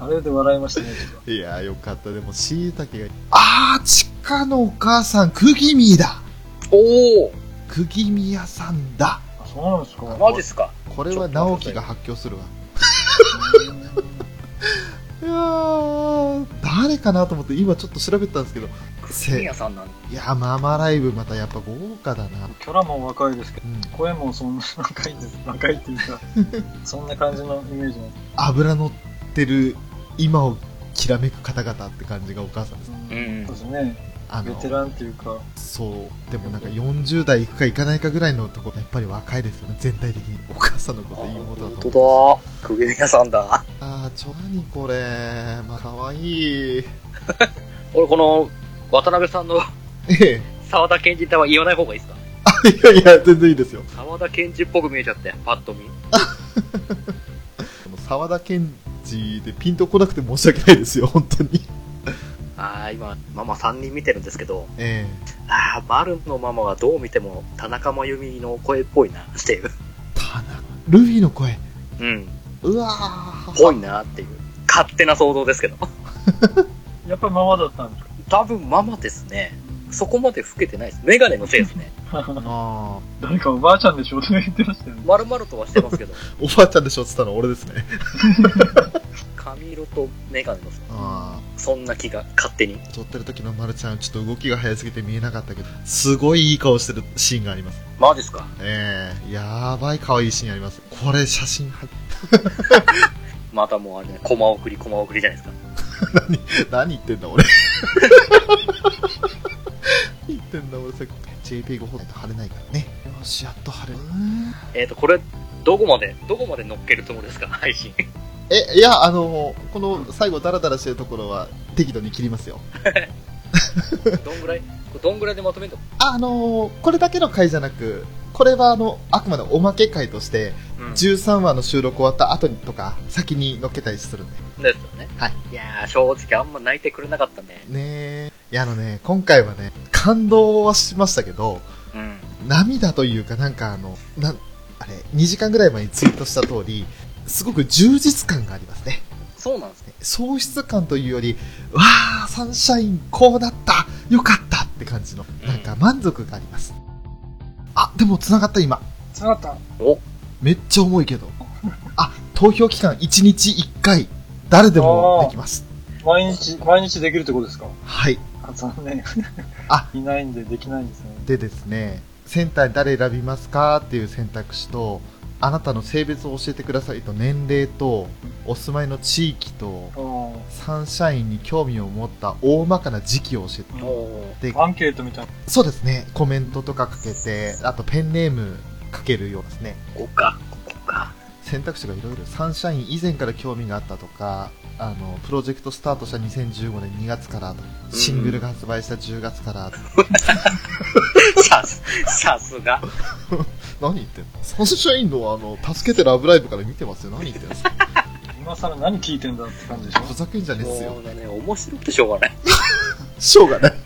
Speaker 5: あれで笑いましたね、ちょっ
Speaker 2: いやーよかったでもしいたけがあーちかのお母さんくぎみだ
Speaker 3: おお
Speaker 2: くぎみ屋さんだ
Speaker 5: とあそうなんですか。
Speaker 3: マジっすか
Speaker 2: これは直樹が発狂するわいやー誰かなと思って今ちょっと調べたんですけど
Speaker 3: クニアさんなん
Speaker 2: いやーママライブまたやっぱ豪華だな、
Speaker 5: キャラも若いですけど、
Speaker 2: うん、
Speaker 5: 声もそんな若いです。若いっていうか、そんな感じのイメージなんです。
Speaker 2: 油乗ってる今をきらめく方々って感じがお母さんです
Speaker 3: うん
Speaker 5: そうですね。
Speaker 2: あ
Speaker 5: ベ
Speaker 2: の
Speaker 5: テランっていうか、
Speaker 2: そうでもなんか40代いくかいかないかぐらいのとこやっぱり若いですよね全体的にお母さんのこといいものだと思う
Speaker 3: 本当だクニアさんだ
Speaker 2: あーちょ何これまあ可愛い
Speaker 3: 俺この渡辺さんの
Speaker 2: ええ
Speaker 3: 沢田研二っては言わない方がいいですか
Speaker 2: あいやいや全然いいですよ
Speaker 3: 沢田研二っぽく見えちゃってパッと見
Speaker 2: この沢田研二でピンとこなくて申し訳ないですよ本当に
Speaker 3: ああ今ママ3人見てるんですけど
Speaker 2: ええ
Speaker 3: ああ丸のママはどう見ても田中真由美の声っぽいなっていう
Speaker 2: たなルフィの声
Speaker 3: うん
Speaker 2: うわー
Speaker 3: ぽいなっていう勝手な想像ですけど
Speaker 5: やっぱりままだったんです
Speaker 3: 多分ママですね
Speaker 5: か。
Speaker 3: そこまで老けてないですメガネのせいですね
Speaker 2: あ
Speaker 5: 誰かおばあちゃんでしょとか言ってましたよね。
Speaker 3: 丸々とはしてますけ ど
Speaker 2: ーおばあちゃんでしょって言ったの俺ですね
Speaker 3: 髪色とメガネのせい
Speaker 2: あ
Speaker 3: そんな気が勝手に
Speaker 2: あ撮ってる時のまるちゃんちょっと動きが早すぎて見えなかったけどすごいいい顔してるシーンがあります
Speaker 3: マジっすか
Speaker 2: ええやばい可愛いシーンありますこれ写真入っ
Speaker 3: またもうあれね、コマ送り、コマ送りじゃないですか。
Speaker 2: 何言ってんだ 俺何言ってんだ俺せ JP5 本と晴れないからねよしやっと晴れる
Speaker 3: えっ、と、これ、どこまで、どこまで乗っけるつもりですか、配信。
Speaker 2: えいやあのこの最後ダラダラしてるところは適度に切りますよ
Speaker 3: どんぐらい、これどんぐらいでまとめんの
Speaker 2: あのこれだけの回じゃなくこれはあのあくまでおまけ回として
Speaker 3: うんですよ
Speaker 2: 13話の収録終わった後にとか先に乗っけたりするんで
Speaker 3: ね。
Speaker 2: はい。
Speaker 3: いやー、正直あんま泣いてくれなかったね。
Speaker 2: ねえいやあのね今回はね感動はしましたけど
Speaker 3: うん。
Speaker 2: 涙というかなんかあのなあれ2時間ぐらい前にツイートした通りすごく充実感がありますね
Speaker 3: そうなんですね。
Speaker 2: 喪失感というよりわあサンシャインこうだったよかったって感じのなんか満足がありますあでも繋がった今
Speaker 5: つながった。
Speaker 3: お
Speaker 2: めっちゃ重いけど。あ、投票期間1日1回、誰でもできます。
Speaker 5: 毎日、毎日できるってことですか
Speaker 2: はい。
Speaker 5: あ、残念。
Speaker 2: あ、
Speaker 5: いないんでできないんですね。
Speaker 2: でですね、センター誰選びますかっていう選択肢と、あなたの性別を教えてくださいと年齢と、お住まいの地域と、
Speaker 5: あー
Speaker 2: サンシャインに興味を持った大まかな時期を教えて、
Speaker 3: お
Speaker 5: アンケートみたいな。
Speaker 2: そうですね、コメントとかかけて、あとペンネームかけるようですね。
Speaker 3: ここか、ここ か。
Speaker 2: 選択肢がいろいろサンシャイン以前から興味があったとかあのプロジェクトスタートした2015年2月からとシングルが発売した10月から、
Speaker 3: さす、さすが。
Speaker 2: 何言ってんのサンシャインのあの「助けてラブライブ!」から見てますよ何言ってんすか
Speaker 5: 今更何聞いてんだって感じでしょ
Speaker 2: ふざけんじゃねえっす
Speaker 3: も
Speaker 2: よ
Speaker 3: うね、面白くてしょうがない。
Speaker 2: しょうがない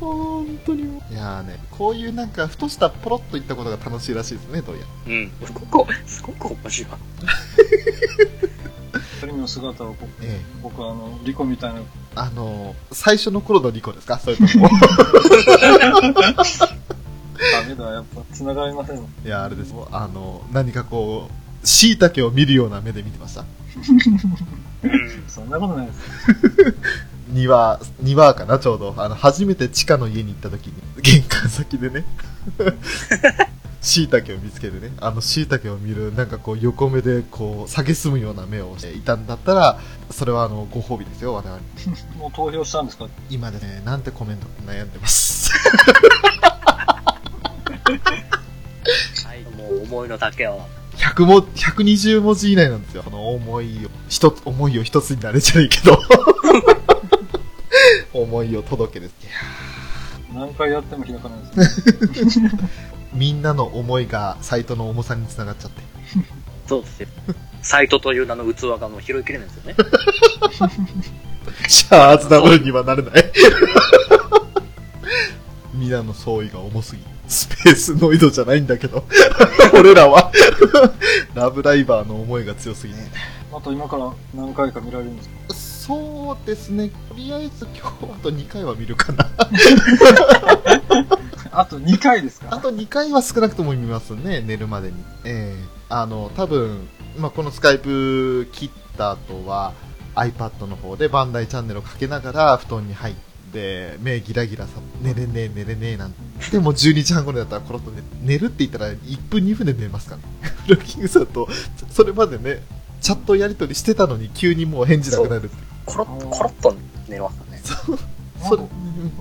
Speaker 2: 本当にもういやーねこういうなんかふとしたポロッといったことが楽しいらしいですねどうやら
Speaker 3: うん。ここ、すごく面白い。
Speaker 5: 二人の姿をこう
Speaker 2: ええ
Speaker 5: 僕はあの、リコみ たいな、
Speaker 2: あの最初の頃のリコですかそれとも
Speaker 5: ダメだ、やっぱ繋がりません。
Speaker 2: いやあれですあの何かこう椎茸を見るような目で見てました
Speaker 3: うん。
Speaker 5: そんなことないです。
Speaker 2: 庭、庭かな、ちょうど。あの、初めて地下の家に行った時に、玄関先でね。椎茸を見つけるねあの椎茸を見るなんかこう横目でこう蔑むような目をしていたんだったらそれはあのご褒美ですよ我々
Speaker 5: もう投票したんですか
Speaker 2: 今でねなんてコメント悩んでます
Speaker 3: はい、もう思いの丈を。
Speaker 2: 100も120文字以内なんですよこの思いを一つ思いを一つになれちゃいけど 思いを届けですいや
Speaker 5: 何回やっても開かない ですね。
Speaker 2: みんなの思いがサイトの重さにつながっちゃって
Speaker 3: そうですよ。サイトという名の器がもう拾いきれないんですよね。
Speaker 2: シャーズダブルにはなれない。 みんなの総意が重すぎる。スペースノイドじゃないんだけど。 俺らは。 ラブライバーの思いが強すぎる。
Speaker 5: あと今から何回か見られるんですか
Speaker 2: そうですね。とりあえず今日あと2回は見るかな。
Speaker 5: あと2回です
Speaker 2: あ
Speaker 5: か
Speaker 2: と2回は少なくとも見ますね。寝るまでに。ええあの、多分、まあ、このスカイプ切った後は iPad の方でバンダイチャンネルをかけながら布団に入って、目ギラギラさ、寝れねえ寝れねえなんて。でも12時半頃だったらコロッと寝寝るって言ったら1分2分で寝ますから ね。フルキングさんと、そそれまでね、チャットやり取りしてたのに急にもう返事なくなるっていう
Speaker 3: コロッと、コロッと寝ますからね。
Speaker 5: そ
Speaker 2: そうれ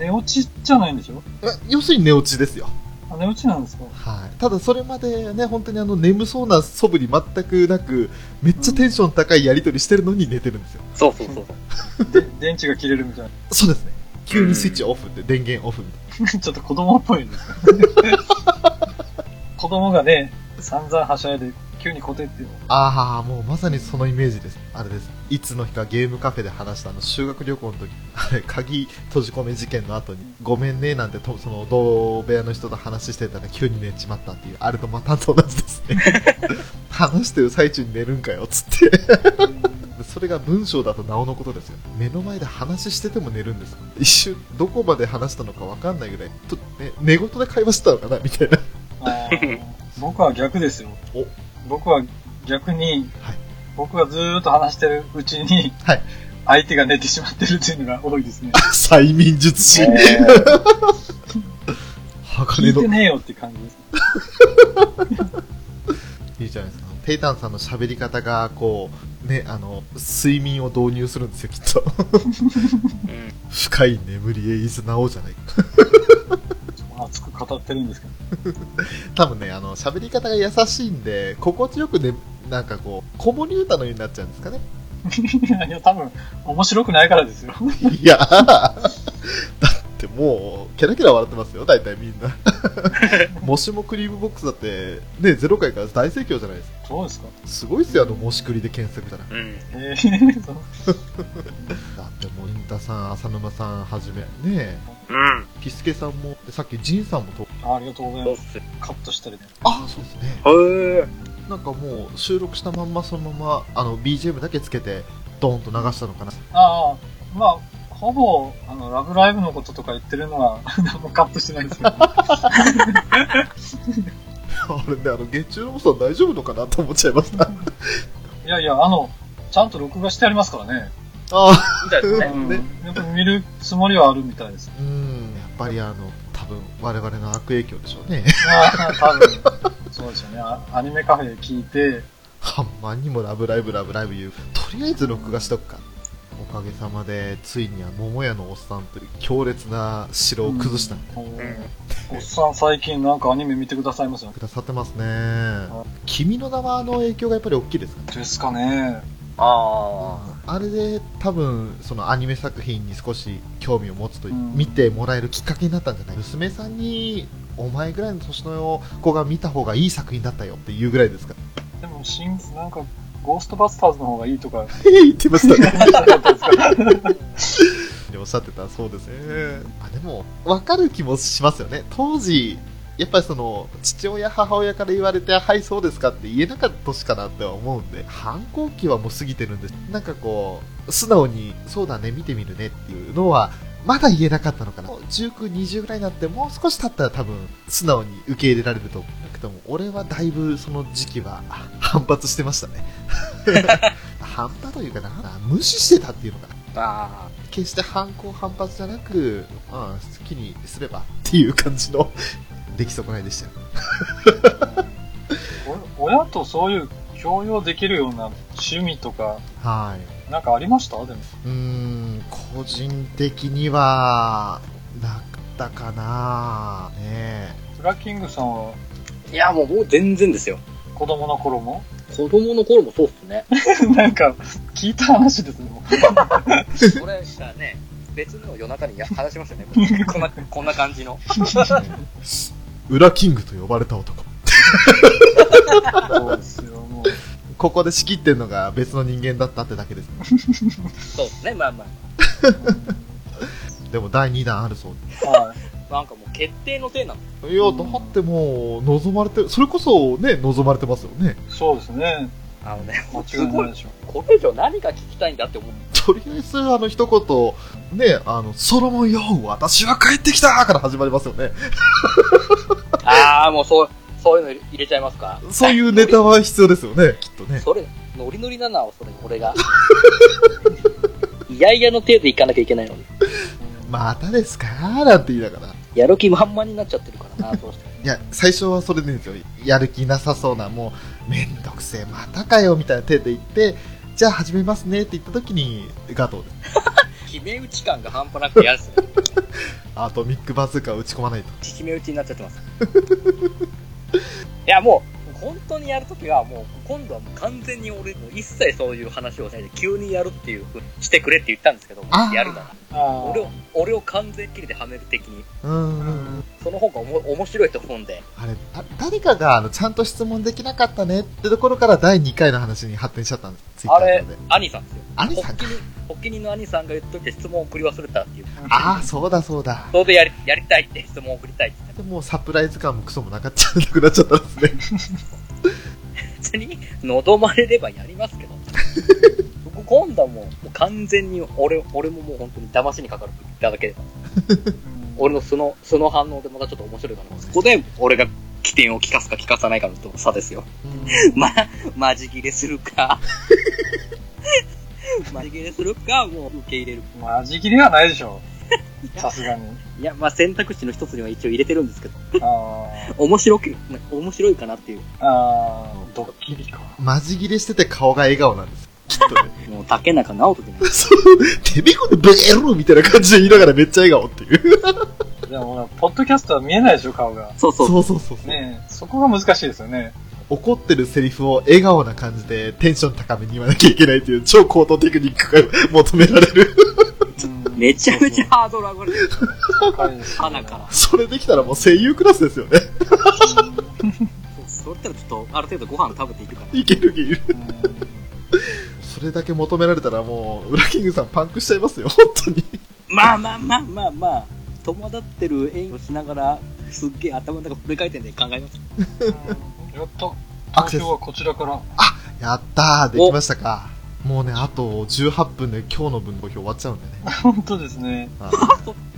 Speaker 5: 寝落ちじゃないんでしょ
Speaker 2: あ要するに寝落ちですよ。
Speaker 5: あ寝落ちなんですか
Speaker 2: はい、ただそれまでね本当にあの眠そうな素振り全くなくめっちゃテンション高いやり取りしてるのに寝てるんですよ、
Speaker 3: そうそうそう。
Speaker 5: で電池が切れるみたいな。
Speaker 2: そうですね急にスイッチオフって電源オフみたい
Speaker 5: ちょっと子供っぽいですね。 子供がね、散々はしゃいで、急にコ テっていうの。
Speaker 2: な、ああもうまさにそのイメージですあれですいつの日かゲームカフェで話したあの修学旅行の時あれ鍵閉じ込め事件の後にごめんねなんてとその同部屋の人と話してたら急に寝ちまったっていうあれとまた同じですね 話してる最中に寝るんかよっつってそれが文章だとなおのことですよ目の前で話してても寝るんですよ一瞬どこまで話したのか分かんないぐらいと、ね、寝言で会話してたのかなみたいな
Speaker 5: あー僕は逆ですよ
Speaker 2: お。
Speaker 5: 僕は逆に、
Speaker 2: はい
Speaker 5: 僕がずーっと話してるうちに、
Speaker 2: はい
Speaker 5: 相手が寝てしまってるっていうのが多 いですね。
Speaker 2: 催眠術師
Speaker 5: えー聞
Speaker 2: 鋼
Speaker 5: いて
Speaker 2: の
Speaker 5: ねえよって感じです。
Speaker 2: いいじゃないですかペイタンさんの喋り方がこうねあの睡眠を導入するんですよきっと
Speaker 3: うん。
Speaker 2: 深い眠りへいずなおうじゃないか
Speaker 5: 熱く語ってるんですけど。
Speaker 2: 多分ねあの喋り方が優しいんで心地よくねなんかこう子守歌のようになっちゃうんですかね
Speaker 5: いや、多分、面白くないからですよ。
Speaker 2: いやーだってもう、キャラキャラ笑ってますよ、大体みん な。もしもクリームボックスだって、ね、0回から大盛況じゃないですか。
Speaker 5: そうですか
Speaker 2: すごいっすよ、あの、もしくりで検索したら。
Speaker 3: うん。
Speaker 5: えー、 そう
Speaker 2: だってもう、インタさん、浅沼さんはじめ、ね
Speaker 3: うん。
Speaker 2: え、ピスケさんも、でさっきジンさんもと、
Speaker 5: あありがとうござい
Speaker 3: そう
Speaker 5: ま
Speaker 3: っ
Speaker 5: す。
Speaker 3: す。へ
Speaker 5: カットしたりね。
Speaker 2: ああ、そうですね。
Speaker 3: え。
Speaker 2: なんかもう、収録したまんま、そのまま、あの、BGM だけつけて、ドーンと流したのかな。
Speaker 5: ああ、まあ、ほぼ、あの、ラブライブのこととか言ってるのは、 何もカットしてないですけど。
Speaker 2: あれね、あの、月中ロボさん大丈夫のかなと思っちゃいました。
Speaker 5: いやいや、あの、ちゃんと録画してありますからね。
Speaker 2: ああ。
Speaker 3: みたいですね。
Speaker 5: うん。
Speaker 2: ね
Speaker 5: やっぱ見るつもりはあるみたい です。
Speaker 2: うん、やっぱりあの、多分、我々の悪影響でしょうね。
Speaker 5: ああ、多分。そうですよね。あアニメカフェ聞いて、
Speaker 2: ハンマンにもラブライブラブライブ言う。とりあえず録画しとくか。おかげさまで、ついには桃屋のおっさんという強烈な城を崩した。
Speaker 5: うんおっさん最近なんかアニメ見てくださいますよね。
Speaker 2: くださってますね。君の名はの影響がやっぱり大きいですかね。
Speaker 5: ですかね。
Speaker 3: あ
Speaker 2: あれで多分そのアニメ作品に少し興味を持つという、
Speaker 5: うん
Speaker 2: 見てもらえるきっかけになったんじゃない娘さんにお前ぐらいの年の子が見た方がいい作品だったよっていうぐらいですか
Speaker 5: でも、シンなんか、ゴーストバスターズの方がいいと か、
Speaker 2: 言ってましたね
Speaker 5: 言ってなかったですか
Speaker 2: っておっしゃってたそうですね、あでも分かる気もしますよね当時やっぱりその父親母親から言われてはいそうですかって言えなかった年かなっては思うんで反抗期はもう過ぎてるんでなんかこう素直にそうだね見てみるねっていうのはまだ言えなかったのかな1920ぐらいになってもう少し経ったら多分素直に受け入れられると思うんだけども俺はだいぶその時期はあ反発してましたね反発というかな無視してたっていうのかな
Speaker 3: あ。ああ。
Speaker 2: 決して反抗反発じゃなく、まあ、好きにすればっていう感じの 出来損ないでしたよ。
Speaker 5: お親とそういう共用できるような趣味とか、
Speaker 2: はい。
Speaker 5: なんかありましたでも。
Speaker 2: うーん、個人的には、なったかなね
Speaker 5: フラッキングさんはい
Speaker 3: や、もうもう全然ですよ。
Speaker 5: 子供の頃も
Speaker 3: 子供の頃もそうっすね。
Speaker 5: なんか、聞いた話ですね。もう
Speaker 3: それしたらね、別の夜中にや話しましたね。こんな、こんな感じの。
Speaker 2: え。裏キングと呼ばれた男。
Speaker 5: そうですよ、もう。
Speaker 2: ここで仕切ってるのが別の人間だったってだけ です。
Speaker 3: そうですね、まあまあ。
Speaker 2: でも第2弾あるそう
Speaker 5: は
Speaker 3: なんかもう決定の手なの。
Speaker 2: いや、だってもう、望まれてる、それこそね、望まれてますよね。
Speaker 5: い。そうですね。
Speaker 3: あのね、
Speaker 5: 間違いないでしょ
Speaker 3: これ以上何が聞きたいんだって思う。
Speaker 2: とりあえず、あの、一言、ね、あの、ソロモンよ、私は帰ってきたから始まりますよね。
Speaker 3: ああ、もうそう、そういうの入れちゃいますか。
Speaker 2: そういうネタは必要ですよ ね、きっとね。
Speaker 3: それ、ノリノリなのそれ、俺が。 いやいやの程度いかなきゃいけないのに。
Speaker 2: またですかなんて言いながら。い
Speaker 3: やる気満々になっちゃってるからな、そうして。
Speaker 2: や、最初はそれでいいんですよ。やる気なさそうな、もう、めんどくせえ、またかよ、みたいな手で言って、じゃあ始めますねって言った時に、ガトーです。
Speaker 3: 決め打ち感が半端なくて嫌ですね。
Speaker 2: アトミックバズーカ打ち込まないと。
Speaker 3: 決め打ちになっちゃってます。いや、もう、本当にやるときは、もう、今度はもう完全に俺、もう一切そういう話をしないで、急にやるっていうふうにしてくれって言ったんですけど
Speaker 2: あ、ー
Speaker 3: やるなら。
Speaker 5: あ
Speaker 3: 俺を、俺を完全切りではめる的に。
Speaker 2: うーん
Speaker 5: あ。
Speaker 2: ん。
Speaker 3: その方がおも面白いと思うんで。
Speaker 2: あれ、だ誰かがあのちゃんと質問できなかったねってところから第2回の話に発展しちゃったんです。ツイッ
Speaker 3: あ
Speaker 2: ター
Speaker 3: れ
Speaker 2: 上で。、
Speaker 3: 兄さんですよ。
Speaker 2: あれさんか。
Speaker 3: 発起人の兄さんが言っといて質問を送り忘れたっていう。
Speaker 2: ああ、そうだそうだ。
Speaker 3: それでやりやりたいって質問を送りたいって言っ
Speaker 2: でもうサプライズ感もクソもなかった、なくなっちゃったんですね。
Speaker 3: て別に、望まれればやります けど。僕今度はもう、もう完全に俺、俺ももう本当に騙しにかかるっていただければ。俺の素の、素の反応でまたちょっと面白いかな。そこで、俺が起点を聞かすか聞かさないかのと差ですよ。ま、 まじ切れするか。 まじ切れするか、もう受け入れる。
Speaker 5: マジ切りはないでしょ。さすがに。
Speaker 3: いや、まあ選択肢の一つには一応入れてるんですけど、
Speaker 5: あ
Speaker 3: 面白く、面白いかなっていう。
Speaker 5: あ、ああ、ドッキリか。
Speaker 2: マジ切れしてて顔が笑顔なんです。きっとね。
Speaker 3: もう竹中直人じゃない
Speaker 2: そう、てめこでブエルみたいな感じで言いながらめっちゃ笑顔っていう。
Speaker 5: でもほら、ポッドキャストは見えないでしょ、顔が。
Speaker 3: そうそう。
Speaker 2: そうそうそうそう、
Speaker 5: ねえ、そこが難しいですよね。
Speaker 2: 怒ってるセリフを笑顔な感じでテンション高めに言わなきゃいけないという超高等テクニックが求められ る。
Speaker 5: うん
Speaker 3: めちゃめちゃハードル上がる。
Speaker 5: 高いですよね
Speaker 3: 花から。
Speaker 2: それできたらもう声優クラスですよね。
Speaker 3: そう、そったらちょっと、ある程度ご飯食べていくから。
Speaker 2: いけるいける。
Speaker 5: うん
Speaker 2: それだけ求められたらもう、ウラキングさんパンクしちゃいますよ、本当に。
Speaker 3: まあまあまあまあまあ、戸惑ってる演技をしながら、すっげえ頭の中フル回転で考えます。
Speaker 5: やった。
Speaker 2: アクセ
Speaker 5: 投
Speaker 2: ス
Speaker 5: 票はこちらから。
Speaker 2: やったー、できましたか。もうね、あと18分で今日の分の表終わっちゃうんでね。
Speaker 5: 本当ですね。
Speaker 2: あ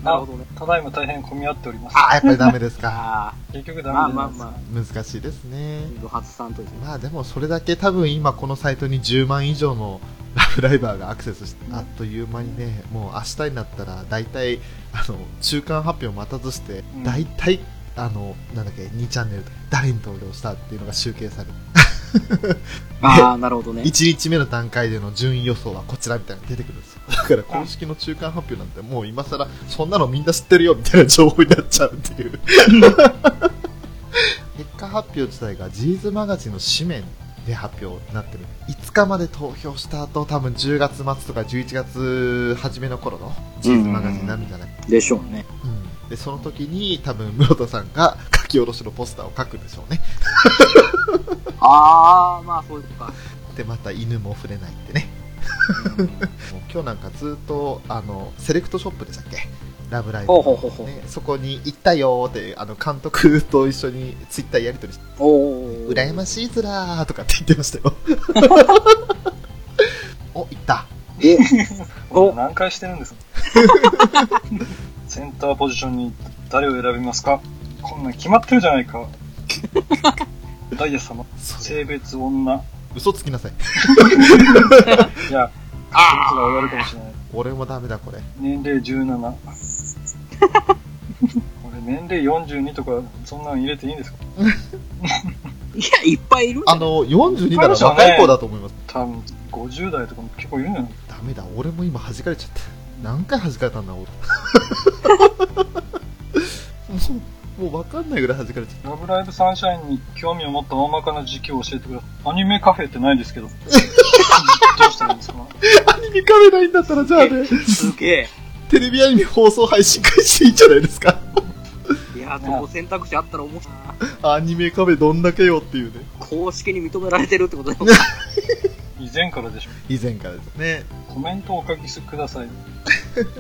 Speaker 3: なるほどね。
Speaker 5: ただいま大変混み合っております。
Speaker 2: あー、やっぱりダメですか。
Speaker 3: あ
Speaker 5: 結局
Speaker 3: あ、
Speaker 5: ダメ
Speaker 3: まあ
Speaker 5: です。
Speaker 3: まあまあ、
Speaker 2: 難しいですね。
Speaker 3: ロハツさんとですね。
Speaker 2: まあでもそれだけ多分今このサイトに10万以上のラブライバーがアクセスして、あっという間にね、もう明日になったら大体、あの、中間発表待たずして
Speaker 5: う、ん
Speaker 2: 大体、あの、なんだっけ、2チャンネル、誰に投票したっていうのが集計される。
Speaker 3: ああ、なるほどね。
Speaker 2: 1日目の段階での順位予想はこちらみたいなの出てくるんですよだから公式の中間発表なんてもう今更そんなのみんな知ってるよみたいな情報になっちゃうっていう結果発表自体がジーズマガジンの紙面で発表になってる5日まで投票した後多分10月末とか11月初めの頃のジーズマガジンになるんじゃない
Speaker 3: でしょうね。
Speaker 2: うんでその時に多分室田さんが書き下ろしのポスターを書くんでしょうね
Speaker 3: ああ、まあそういうことか。
Speaker 2: でまた犬も触れないってねもう今日なんかずっとあのセレクトショップでしたっけラブライブの
Speaker 3: ほうほうほうほう
Speaker 2: ね、そこに行ったよーってあの監督と一緒にツイッターやり取りして
Speaker 3: お
Speaker 2: 「
Speaker 3: お。
Speaker 2: 羨ましいずらー」とかって言ってまし たよ お行った
Speaker 3: え、
Speaker 5: も
Speaker 3: お
Speaker 5: う何回してるんですかセンターポジションに誰を選びますかこんなん決まってるじゃな いか。ダイヤ様、
Speaker 2: それ
Speaker 5: 性別女。
Speaker 2: 嘘つきなさい
Speaker 5: いや、あいつらをやるかもしれない。
Speaker 2: 俺もダメだこれ
Speaker 5: 年齢17。これ年齢42とか、そんなの入れていいんですか
Speaker 1: いや、いっぱいいるんじゃ
Speaker 2: あ
Speaker 1: ん
Speaker 2: の、42なら若い子だと思います。
Speaker 5: 多分、50代とかも結構いるんじゃない
Speaker 2: ダメだ、俺も今弾かれちゃった。何回弾かれ たんだ、俺。もう、もうわかんないぐらい弾かれちゃっ
Speaker 5: ラブライブサンシャインに興味を持った大まかな時期を教えてください。アニメカフェってないです けど。どうしたらいいんですか
Speaker 2: た。アニメカメラいんだったら、じゃあね、
Speaker 1: すげ
Speaker 2: テレビアニメ放送配信開始でいいんじゃないですか。
Speaker 1: え。いや、そこ選択肢あったら面白いな。
Speaker 2: アニメカフェどんだけよっていうね。
Speaker 1: 公式に認められてるってことだよ。
Speaker 5: 以前からでしょ。
Speaker 2: 以前からですね。
Speaker 5: コメントをお書きください。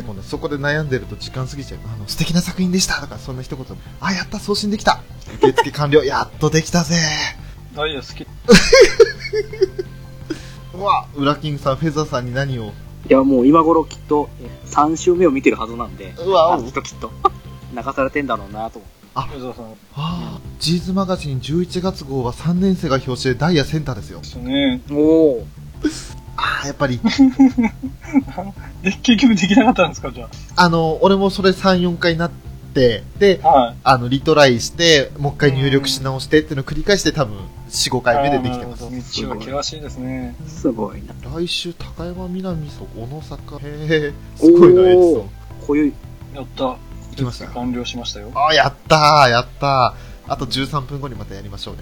Speaker 2: もうね、そこで悩んでると時間過ぎちゃう。あの、素敵な作品でしたとか、そんな一言。あ、やった、送信できた。受付完了。やっとできたぜ。
Speaker 5: ダイヤ好き。
Speaker 2: うわ、ウラキングさん、フェザーさんに何を。
Speaker 1: いや、もう今頃きっと、3週目を見てるはずなんで、
Speaker 2: うわ、
Speaker 1: あ
Speaker 2: お
Speaker 1: きっときっと、 流されてんだろうなと思
Speaker 5: 吉田さん。
Speaker 2: ああ、ジーズマガジン11月号は3年生が表紙でダイヤセンターですよ
Speaker 5: で。すね。
Speaker 1: う。おー。
Speaker 2: ああ、やっぱり、
Speaker 5: で、結局できなかったんですかじゃ
Speaker 2: あの、俺もそれ3、4回なって、で、
Speaker 5: あ。はい。
Speaker 2: あの、リトライして、もう一回入力し直してっていうのを繰り返して多分、4、5回目でできてます
Speaker 5: あ。ー道は険しいですね。
Speaker 1: すごいな。
Speaker 2: 来週、高山みなみそ、小野坂。へえ、すごいな、エッソン。
Speaker 1: こういう、
Speaker 5: やった。
Speaker 2: 行きました。
Speaker 5: 完了しましたよ。
Speaker 2: あー、やったー、やったー。あと13分後にまたやりましょうね。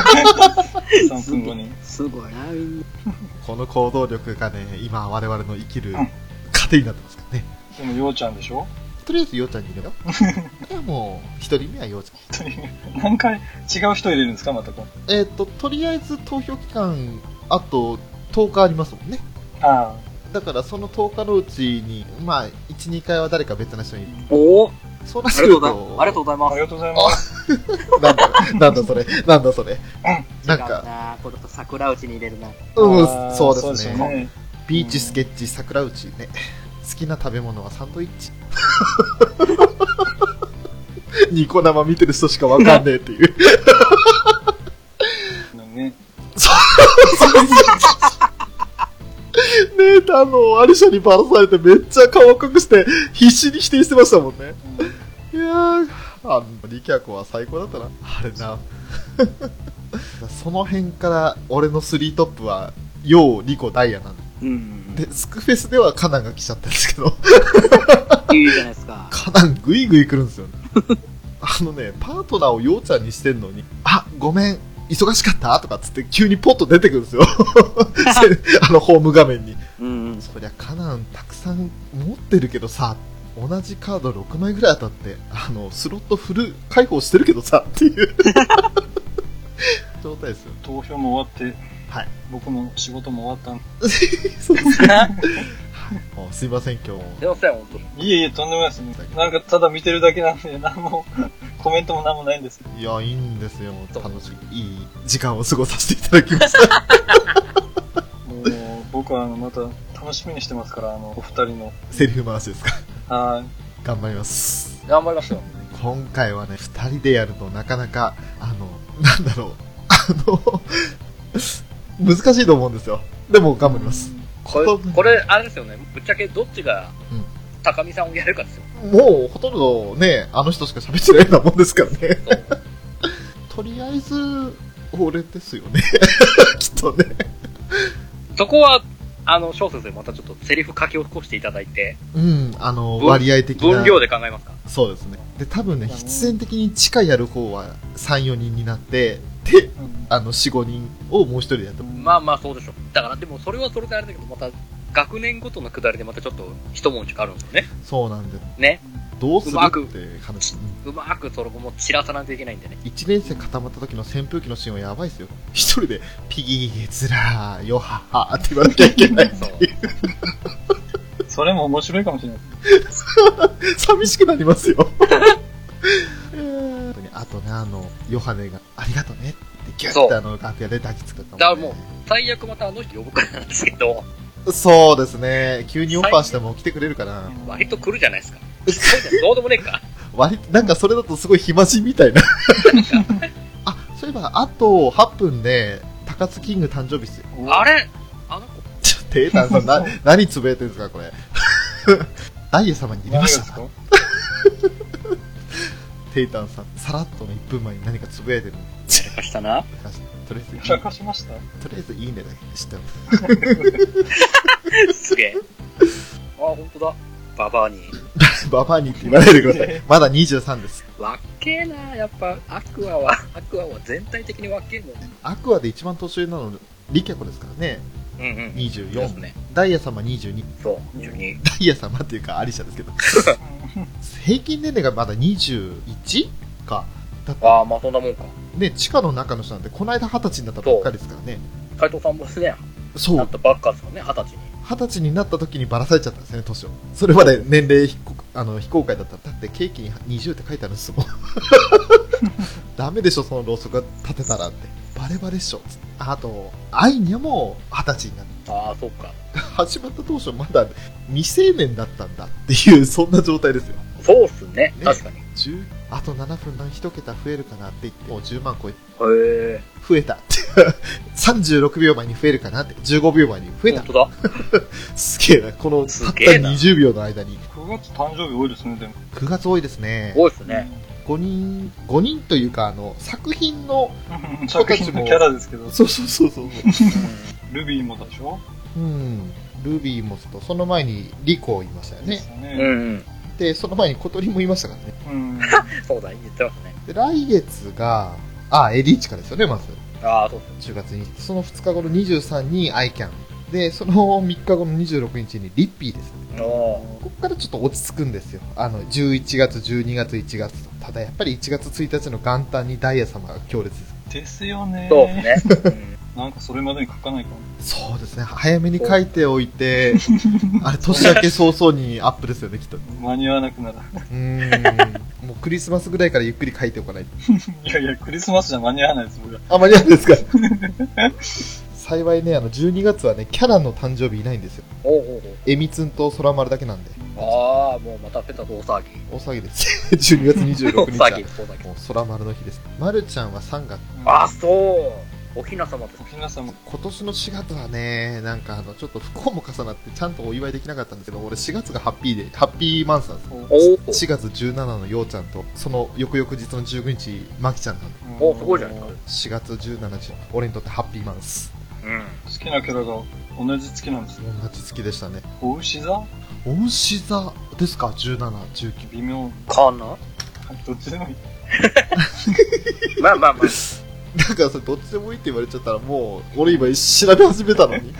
Speaker 5: 3分後に。
Speaker 1: すごいな、みんな。
Speaker 2: この行動力がね、今我々の生きる
Speaker 5: うん
Speaker 2: 糧になってますからね。
Speaker 5: でも、ようちゃんでしょ
Speaker 2: とりあえず、ようちゃんにいれば。いや、もう、一人目はようちゃん。
Speaker 5: という何回違う人入れるんですかまたこう。
Speaker 2: えっ、と、とりあえず投票期間、あと10日ありますもんね。
Speaker 5: あ
Speaker 2: だからその10日のうちに、まあ、1、2回は誰か別な人に。
Speaker 1: おー
Speaker 2: そう
Speaker 1: あ
Speaker 2: なって
Speaker 1: り
Speaker 2: く
Speaker 1: がとう
Speaker 2: る
Speaker 1: ございます。ありがとうございま
Speaker 5: あ。あ
Speaker 1: す
Speaker 5: り。がとうございます。
Speaker 2: なんだ、なんだそれ、なんだそれ。なん
Speaker 1: 違う
Speaker 2: か、
Speaker 1: なこれと桜内に入れるな。
Speaker 2: うん、
Speaker 5: あー
Speaker 2: そうです
Speaker 5: よ
Speaker 2: ね。ビーチ、スケッチ、桜内ね。好きな食べ物はサンドイッ チ。ニコ生見てる人しかわかんねえっていう。
Speaker 5: ね。
Speaker 2: ねえ、あの、アリシャにバラされてめっちゃ顔赤くして必死に否定してましたもんね。いやー、あの、リキャコは最高だったな。あれ な。その辺から俺のスリートップは、ヨウ、リコ、ダイヤなん
Speaker 1: うん。
Speaker 2: で、スクフェスではカナンが来ちゃったんですけど、
Speaker 1: いいじゃないですか。
Speaker 2: カナングイグイ来るんですよね。あのね、パートナーをヨウちゃんにしてんのに、あ、ごめん、忙しかったとかっつって急にポッと出てくるんですよ。あの、ホーム画面に。
Speaker 1: うんうん。
Speaker 2: そりゃカナンたくさん持ってるけどさ同じカード6枚ぐらい当たってあのスロットフル開放してるけどさっていう状態ですよ
Speaker 5: 投票も終わって、
Speaker 2: はい
Speaker 5: 僕も仕事も終わっ
Speaker 2: そうですね
Speaker 5: たんで。
Speaker 2: もうすいません今日も
Speaker 3: すいません、本当に。
Speaker 5: いえいえ、とんでもないですね。なんかただ見てるだけなんで、何も、コメントも何もないんです。
Speaker 2: いやいいんですよ
Speaker 3: そう
Speaker 2: 楽しいいい時間を過ごさせていただきました
Speaker 5: もう、僕はあのまた楽しみにしてますから、あの、お二人の。
Speaker 2: セリフ回しですか
Speaker 5: は
Speaker 2: 頑張ります
Speaker 3: 頑張りましたよ。
Speaker 2: 今回はね2人でやるとなかなかあのなんだろうあの 難しいと思うんですよでも頑張ります
Speaker 3: こ
Speaker 2: 言
Speaker 3: れ、
Speaker 2: 葉
Speaker 3: これ、あれですよね。ぶっちゃけどっちが
Speaker 2: うん、
Speaker 3: 高見さんをやるかですよ。
Speaker 2: もうほとんどね、あの人しか喋ってないようなもんです からね。
Speaker 3: そう
Speaker 2: とりあえず、俺ですよね。 きっとね。
Speaker 3: そこは、あの、小説でまたちょっとセリフ書き起こしていただいて、
Speaker 2: うん、あの、
Speaker 3: 分
Speaker 2: 割合的な。
Speaker 3: 分量で考えますか
Speaker 2: そうですね。で、多分ね、
Speaker 5: だね
Speaker 2: 必然的に地下やる方は3、4人になって、で
Speaker 5: い、。うん
Speaker 2: あの、4、5人をもう一人でやっても
Speaker 3: まあまあそうでしょう。だからでもそれはそれであれだけど、また学年ごとのくだりでまたちょっと一文字変わるんですよね。
Speaker 2: そうなんで。
Speaker 3: ね。
Speaker 2: どうする
Speaker 3: うまく
Speaker 2: って話。うん
Speaker 3: うまくそれも散らさないといけないんでね。
Speaker 2: 一年生固まった時の扇風機のシーンはやばいですよ。一人で、ピギー、ズラー、ヨハハって言わなきゃいけ ない。
Speaker 3: そう。
Speaker 5: それも面白いかもしれない。
Speaker 2: 寂しくなりますよ。本当にあとね、あの、ヨハネが、ありがとうねって、ギュ
Speaker 3: そ
Speaker 2: ッ
Speaker 3: う
Speaker 2: てあの、楽屋で抱きつくと
Speaker 3: だか
Speaker 2: からもね
Speaker 3: も最悪またあの人呼ぶからなんですけど、
Speaker 2: そうですね。急にオファーしても来てくれるかな。
Speaker 3: 割と来るじゃないですか。そうじゃどうでもねえか。
Speaker 2: 割と、なんかそれだとすごい暇人みたいな。あ、そういえば、あと8分で、高津キング誕生日っすよ。
Speaker 3: あれあの子、
Speaker 2: ちょ、テータンさん、な、何 つぶやいてるんですか、これ。ダイエ様に入れ
Speaker 5: 何が
Speaker 2: ま
Speaker 5: で
Speaker 2: し
Speaker 5: す
Speaker 2: た
Speaker 5: か
Speaker 2: ヘイタンさん、さらっとね、1分前に何かつぶやいてるんで、
Speaker 3: やらかしたな。
Speaker 2: とりあえずいい、
Speaker 5: やらかしました
Speaker 2: とりあえずいいねだけしても
Speaker 3: すげえ。あ、ほんとだ。ババアに。
Speaker 2: ババアにって言わないでください。まだ23です。
Speaker 3: わっけえな、やっぱ、アクアは、アクアは全体的にわっけえの。
Speaker 2: アクアで一番年上なの、リキャコですからね。
Speaker 3: うんうん。です
Speaker 2: 24。
Speaker 3: ね。
Speaker 2: ダイヤ様22。
Speaker 3: そう、22。
Speaker 2: ダイヤ様っていうか、アリシャですけど。平均年齢がまだ 21? か。だって
Speaker 3: ああ、まあそんなもんか。
Speaker 2: ね、地下の中の人なんて、この間20歳になったばっかりですからね。
Speaker 3: 斎藤さんもね、
Speaker 2: そ
Speaker 3: な
Speaker 2: う
Speaker 3: っ。たばっかですからね、二十歳に。
Speaker 2: 20歳になった時にばらされちゃったんですね、年を。それまで年齢非公あの非公開だった。だってケーキに20って書いてあるんですもん。 ダメでしょ、そのろうそくが立てたらって。バレバレっしょ。つってあと、アイニャも20歳になって。
Speaker 3: ああ、そっか。
Speaker 2: 始まった当初まだ未成年だったんだっていう、そんな状態ですよ。
Speaker 3: そうっすね。
Speaker 2: ね
Speaker 3: 確かに。へ
Speaker 2: 10あと7分の1桁増えるかなって言って、もう10万超え、
Speaker 3: え。
Speaker 2: 増えた って。36秒前に増えるかなって、15秒前に増えた
Speaker 3: 本。当だ。
Speaker 2: すげえな、この
Speaker 3: す
Speaker 2: たった
Speaker 3: げえな
Speaker 2: 20秒の間に。
Speaker 5: 9月誕生日多いですねでも
Speaker 2: 9月多いですね
Speaker 3: す。ごいっすね。
Speaker 2: 5人、5人というか、あの、作品の、
Speaker 5: うん作品のキャラですけど
Speaker 2: そうそうそうそう。
Speaker 5: ルビーもでしょ
Speaker 2: うん。ルビーもそう、その前にリコいましたよ
Speaker 5: で
Speaker 2: ね
Speaker 5: す。よ
Speaker 3: うん
Speaker 5: ね
Speaker 3: うん。
Speaker 2: で、その前に小鳥もいましたからね。
Speaker 5: うん
Speaker 3: そうだ、言ってましたね。
Speaker 2: で、来月が、あ、エリーチカですよね、まず。
Speaker 3: ああ、そうっす
Speaker 2: 10月に。その2日後の23にアイキャン。で、その3日後の26日にリッピーですね。
Speaker 3: ね。おー
Speaker 2: ここからちょっと落ち着くんですよ。あの、11月、12月、1月と。ただやっぱり1月1日の元旦にダイヤ様が強烈です。
Speaker 5: ですよね
Speaker 3: そうっすね。うん
Speaker 5: なんかそれまでに書かないか
Speaker 2: そうですね。早めに書いておいて、あれ、年明け早々にアップですよね、きっと。う
Speaker 5: 間に合わなくなる
Speaker 2: ーん。もうクリスマスぐらいからゆっくり書いておかないと。
Speaker 5: いやいやクリスマスじゃ間に合わないです僕ら
Speaker 2: あ、間に合うんですか幸いね、あの、12月はね、キャラの誕生日いないんですよ。
Speaker 3: おうおう
Speaker 2: エミツンと空丸だけなんで。
Speaker 3: おうああ、もうまたペタと大騒ぎ。
Speaker 2: 大騒ぎです。12月
Speaker 3: 大
Speaker 2: 26日は
Speaker 3: 騒ぎ、。大騒ぎ。
Speaker 2: もう空丸の日です。丸ちゃんは3月。
Speaker 3: ああ、そう。おひな様です
Speaker 5: お。ひなさま
Speaker 2: 今年の4月はね、なんかあの、ちょっと不幸も重なって、ちゃんとお祝いできなかったんですけど、俺4月がハッピーで、ハッピーマンスなんですよ。
Speaker 3: おお。
Speaker 2: 4月17のようちゃんと、その翌々日の19日、まきちゃんなんで、
Speaker 3: おすごいじゃないです
Speaker 2: 4月17日、俺にとってハッピーマンス。
Speaker 3: うん。
Speaker 5: 好きなキャラが同じ月なんですよ
Speaker 2: 同じ月でしたね。
Speaker 5: お牛座
Speaker 2: お牛座ですか ?17、19。
Speaker 5: 微妙
Speaker 3: かな
Speaker 5: どっちでもいい
Speaker 3: まあまあまあ。
Speaker 2: だからそれどっちでもいいって言われちゃったら、もう、俺今調べ始めたの に。